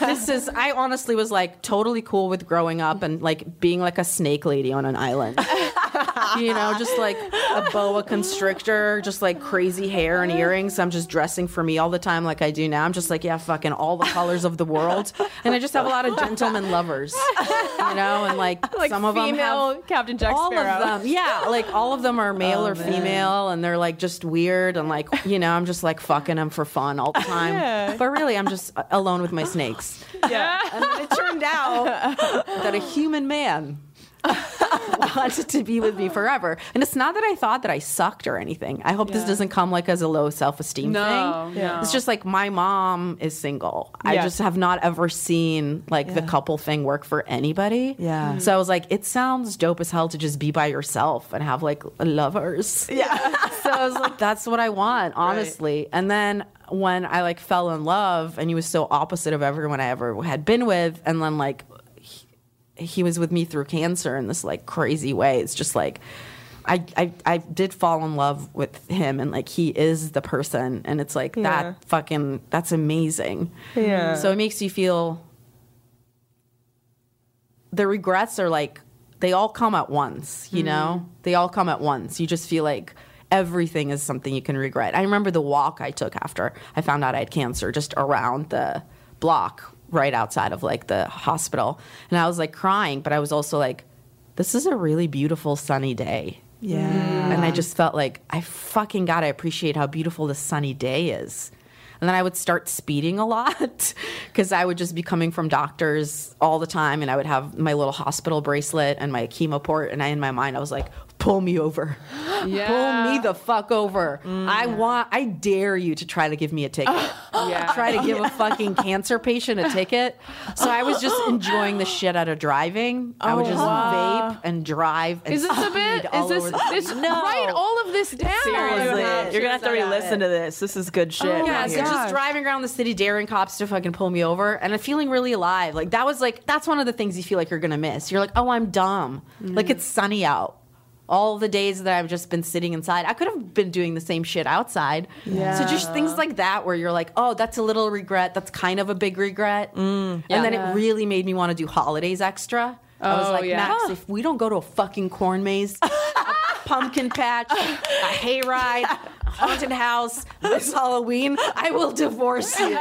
F: this is, I honestly was like totally cool with growing up and like being like a snake lady on an island. you know, just like a boa constrictor, just like crazy hair and earrings. I'm just dressing for me all the time, like I do now. I'm just like, yeah, fucking all the colors of the world. And I just have a lot of gentlemen lovers, you know, and like,
G: Like
F: some of them
G: female
F: have
G: Captain Jack
F: all
G: Sparrow.
F: of them, yeah, like all of them are male or female, and they're like just weird and like you know, I'm just like fucking them for fun all the time. But really, I'm just a- alone with my snakes.
G: Yeah.
F: And then it turned out that a human man wanted to be with me forever. And it's not that I thought that I sucked or anything. I hope this doesn't come like as a low self esteem
E: No,
F: thing.
E: no.
F: It's just like my mom is single. I
G: Yeah.
F: just have not ever seen like the couple thing work for anybody.
D: Yeah.
F: So I was like, it sounds dope as hell to just be by yourself and have like lovers. Yeah. so I was like, that's what I want, honestly. And then when I like fell in love and he was so opposite of everyone I ever had been with, and then like he was with me through cancer in this like crazy way. It's just like I, I I did fall in love with him and like he is the person and it's like
G: Yeah.
F: that fucking that's amazing.
G: Yeah.
F: So it makes you feel the regrets are like they all come at once, you know? They all come at once. You just feel like everything is something you can regret. I remember the walk I took after I found out I had cancer just around the block right outside of like the hospital. And I was like crying, but I was also like this is a really beautiful sunny day.
D: Yeah.
F: And I just felt like I fucking gotta appreciate how beautiful this sunny day is. And then I would start speeding a lot because I would just be coming from doctors all the time, and I would have my little hospital bracelet and my chemo port. And I, in my mind, I was like, "Pull me over, pull me
E: Uh.
F: the fuck over.
E: Mm.
F: I want, I dare you to try to give me a ticket."
E: Yeah.
F: try to give a fucking cancer patient a ticket. So I was just enjoying the shit out of driving. I would just vape and drive.
E: Oh,
F: And
E: Is
G: Oh,
E: this a
F: speed
E: bit?
F: all
E: Is this,
F: over the-
E: this write all of this down?
D: Seriously, you're gonna have to re-listen to this. This is good shit.
F: Oh, yeah,
D: right
F: so
D: here.
F: just driving around the city, daring cops to fucking pull me over, and I'm feeling really alive. Like that was like that's one of the things you feel like you're gonna miss. You're like, oh, I'm dumb. Like it's sunny out. All the days that I've just been sitting inside, I could have been doing the same shit outside. So just things like that, where you're like, oh, that's a little regret. That's kind of a big regret. And then it really made me want to do holidays extra. I was
E: Oh,
F: like,
E: yeah.
F: Max, if we don't go to a fucking corn maze, a pumpkin patch, a hayride, haunted house this Halloween, I will divorce you. Like,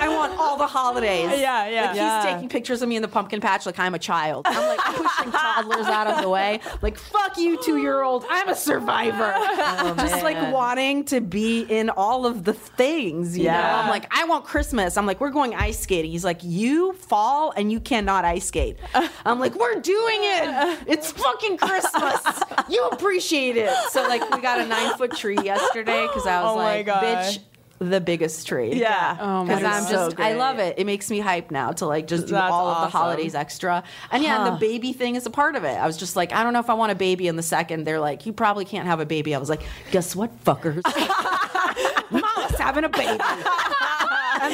F: I want all the holidays.
G: Yeah, yeah.
F: Like,
G: Yeah.
F: he's taking pictures of me in the pumpkin patch like I'm a child. I'm like pushing toddlers out of the way. Like, fuck you, two year old. I'm a survivor. Just like wanting to be in all of the things, you know?
D: Yeah.
F: I'm like, I want Christmas. I'm like, we're going ice skating. He's like, you fall and you cannot ice skate. I'm like, we're doing it. It's fucking Christmas. You appreciate it. So like, we got a nine foot tree yesterday because I was
G: Oh my
F: like,
G: God.
F: bitch, the biggest tree.
D: yeah. Oh
F: Because I'm just, I love it. It makes me hype now to like just do
G: That's
F: all of
G: awesome.
F: the holidays extra. And yeah, and the baby thing is a part of it. I was just like, I don't know if I want a baby. And the second they're like, you probably can't have a baby. I was like, guess what, fuckers? Mama's having a baby. And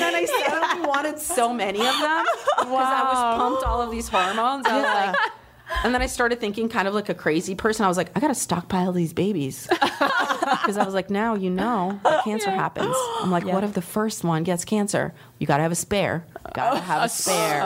F: then I suddenly wanted so many of them because I was pumped all of these hormones. I was like, and then I started thinking, kind of like a crazy person. I was like, I gotta stockpile these babies because I was like, now you know that cancer happens. I'm like, what if the first one gets cancer? You gotta have a spare. Gotta have Oh, a, spare.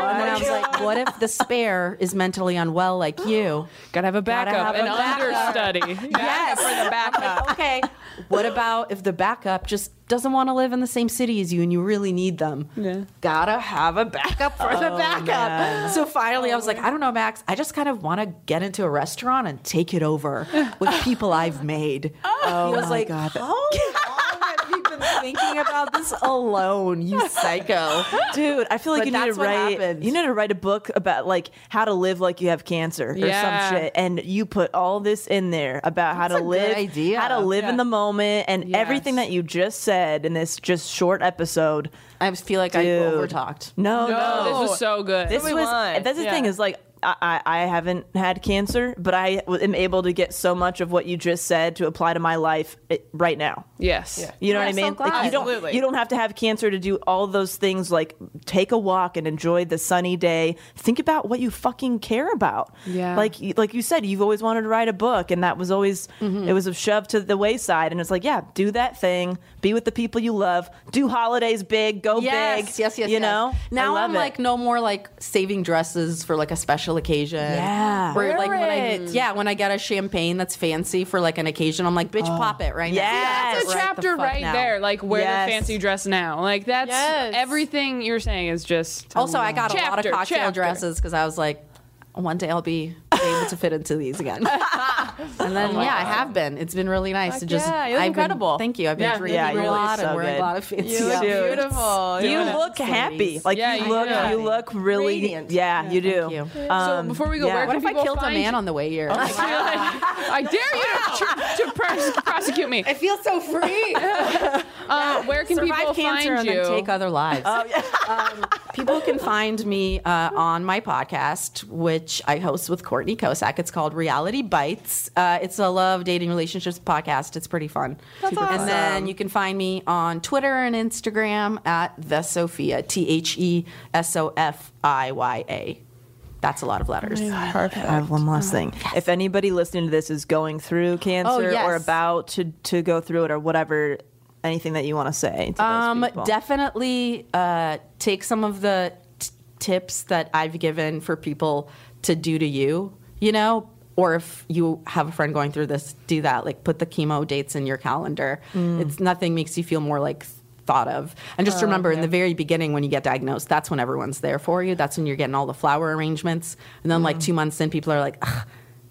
F: And then I was like, what if the spare is mentally unwell like you?
E: Gotta have a backup,
F: have
E: an
F: a backup.
E: understudy.
F: Yes. For the backup. okay. What about if the backup just doesn't want to live in the same city as you and you really need them? Yeah. Gotta have a backup for the backup. So finally, I was like, I don't know, Max. I just kind of want to get into a restaurant and take it over with people I've made. Oh, he was like, God. How long have you been thinking about this alone, you psycho?
D: Dude, I feel like
F: But
D: you need to
F: that's what
D: write.
F: happens.
D: You need to write a book about like how to live like you have cancer or
E: Yeah.
D: some shit, and you put all this in there about how
F: That's
D: to
F: a good
D: live,
F: idea.
D: how to live in the moment, and everything
E: Yes.
D: that you just said in this just short episode.
F: I feel like I
D: Dude.
F: overtalked.
D: Oh, No, no,
E: this was so good.
D: This
G: we
D: was.
G: want.
D: That's the
G: Yeah.
D: thing is like I, I I haven't had cancer, but I w- am able to get so much of what you just said to apply to my life eh, right now.
E: Yes.
D: You know
G: Yeah,
D: what I
G: so
D: mean? like
G: glad.
D: you don't
G: Absolutely.
D: you don't have to have cancer to do all those things like take a walk and enjoy the sunny day. Think about what you fucking care about.
E: Yeah.
D: Like like you said, you've always wanted to write a book and that was always
G: Mm-hmm.
D: it was a shove to the wayside and it's like, yeah, do that thing, be with the people you love, do holidays big, go
F: Yes,
D: big.
F: yes, yes.
D: You
F: yes.
D: know?
F: Now
D: I love
F: am
D: it.
F: like no more like saving dresses for like a special occasion.
D: Yeah.
F: Where like when I yeah when I get a champagne that's fancy for like an occasion, I'm like bitch pop it right now.
D: Yes.
E: That's a chapter right there. Like wear
D: Yes.
E: the fancy dress now. Like that's
G: Yes.
E: everything you're saying is just.
F: Also, I got a lot
E: Chapter,
F: of cocktail
E: chapter.
F: dresses because I was like, one day I'll be able to fit into these again. and then yeah, I have been. It's been really nice to just.
G: yeah, you look
F: I've been-
G: incredible.
F: thank you. I've been
E: Yeah.
F: drinking
D: Yeah, you
F: a
D: look
F: lot
D: so
F: and wearing
D: good.
F: a lot of fancy.
G: You look
F: stuff.
G: beautiful.
D: you
G: You're
D: look happy. Like
E: Yeah,
D: you
E: you
D: look,
E: do.
D: you look really.
G: Radiant.
D: Yeah, you do. Um,
F: you.
E: So before we go,
D: yeah.
E: where
F: What
E: can
F: if I
E: people
F: killed a
E: find
F: man
E: you?
F: on the way here?
E: I dare you to, to, pros- prosecute me.
F: I feel so free.
E: Uh, where can
F: survive
E: people
F: cancer
E: find
F: and
E: you?
F: then take other lives. Um, people can find me uh, on my podcast, which I host with Courtney Kosak. It's called Reality Bites. Uh, it's a love dating relationships podcast. It's pretty fun. And then you can find me on Twitter and Instagram at the Sophia T H E S O F I Y A. That's a lot of letters.
D: I have one
E: Oh,
D: last thing. If anybody listening to this is going through cancer or
F: yes.
D: about to, to go through it or whatever, anything that you want to say. To
F: Um,
D: those people.
F: definitely uh, take some of the t- tips that I've given for people to do to you, you know, or if you have a friend going through this, do that. Like put the chemo dates in your calendar.
D: Mm.
F: It's nothing makes you feel more like thought of. And
D: Oh,
F: just remember in the very beginning when you get diagnosed, that's when everyone's there for you. That's when you're getting all the flower arrangements. And then
D: Mm.
F: like two months in, people are like, Ugh,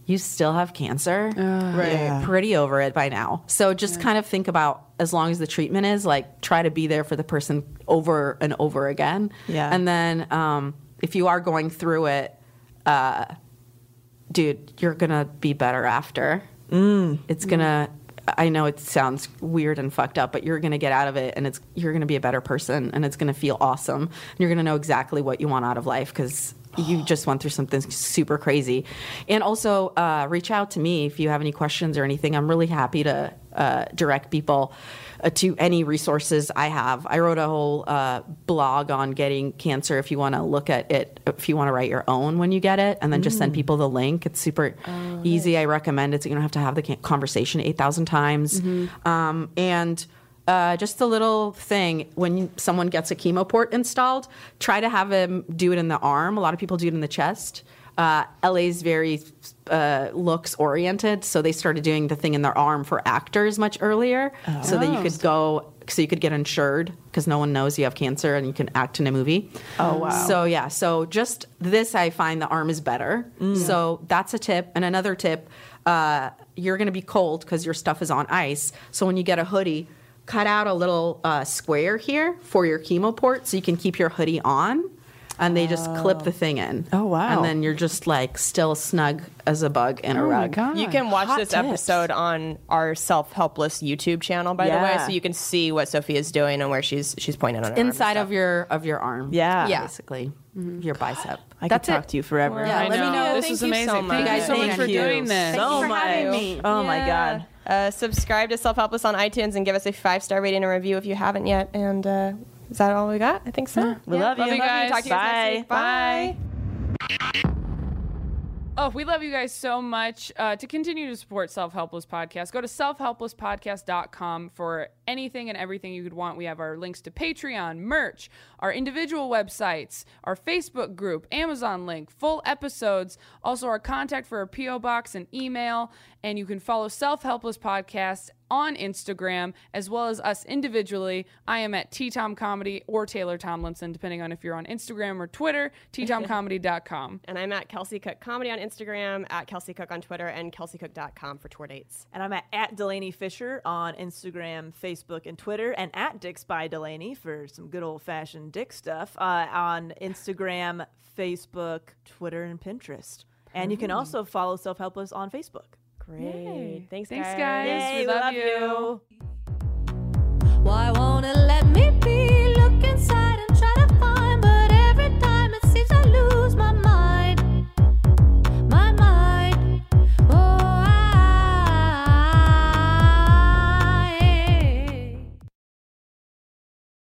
F: you still have cancer? right. Pretty over it by now. So just kind of think about as long as the treatment is, like try to be there for the person over and over again.
D: Yeah.
F: And then um, if you are going through it, uh, dude, you're gonna be better after. Mm. It's gonna. I know it sounds weird and fucked up, but you're gonna get out of it, and it's you're gonna be a better person, and it's gonna feel awesome, and you're gonna know exactly what you want out of life because you just went through something super crazy. And also, uh, reach out to me if you have any questions or anything. I'm really happy to uh, direct people uh, to any resources I have. I wrote a whole uh, blog on getting cancer if you want to look at it, if you want to write your own when you get it, and then just send people the link. It's super easy. I recommend it. So you don't have to have the can- conversation 8,000 times. Um, and uh, just a little thing when you- someone gets a chemo port installed, try to have them do it in the arm. A lot of people do it in the chest. Uh, LA's very uh, looks oriented, so they started doing the thing in their arm for actors much earlier, so that you could go, so you could get insured because no one knows you have cancer and you can act in a movie. Oh wow! So yeah, so just this, I find the arm is better. So that's a tip, and another tip: uh, you're going to be cold because your stuff is on ice. So when you get a hoodie. Cut out a little uh, square here for your chemo port so you can keep your hoodie on and they just clip the thing in.
D: Oh, wow.
F: And then you're just like still snug as a bug in a
E: Oh my
F: rug.
E: god!
G: You can watch
D: Ah, Hot
G: this
D: tips.
G: episode on our self helpless YouTube channel, by the
D: Yeah.
G: way, so you can see what Sophia's doing and where she's she's pointing on her
F: Inside of your of your arm.
D: Yeah.
F: yeah. basically your bicep.
D: I could
F: That's
D: talk
F: it.
D: to you forever.
F: Yeah,
E: I
F: let me
E: know.
F: know.
E: This
G: Thank
E: is
G: you so
E: amazing. Thank
G: much.
E: you so
F: Thank
E: much for
F: you.
E: doing this.
D: So
F: for
D: much.
F: having me.
D: Oh my god.
G: Uh, subscribe to Self Helpless on iTunes and give us a five star rating and review if you haven't yet. And uh, is that all we got? I think so.
D: We love you.
E: Love you guys.
G: Talk to you guys next week.
D: Bye.
G: Bye.
E: Oh, we love you guys so much. Uh, to continue to support Self Helpless Podcast, go to selfhelplesspodcast.com for anything and everything you could want. We have our links to Patreon, merch, our individual websites, our Facebook group, Amazon link, full episodes, also our contact for our P.O. box and email. And you can follow Self Helpless Podcast on Instagram, as well as us individually. I am at T Tom Comedy or Taylor Tomlinson, depending on if you're on Instagram or Twitter, ttomcomedy.com.
G: And I'm at Kelsey Cook Comedy on Instagram, at Kelsey Cook on Twitter, and kelseycook.com for tour dates.
D: And I'm at, at Delaney Fisher on Instagram, Facebook, and Twitter, and at Dicks by Delaney for some good old fashioned dick stuff uh, on Instagram, Facebook, Twitter, and Pinterest. And you can also follow Self Helpless on Facebook.
G: Great. Thanks,
E: Thanks,
G: guys.
E: guys.
D: Yay,
E: we love, you.
A: Why won't it let me Oh,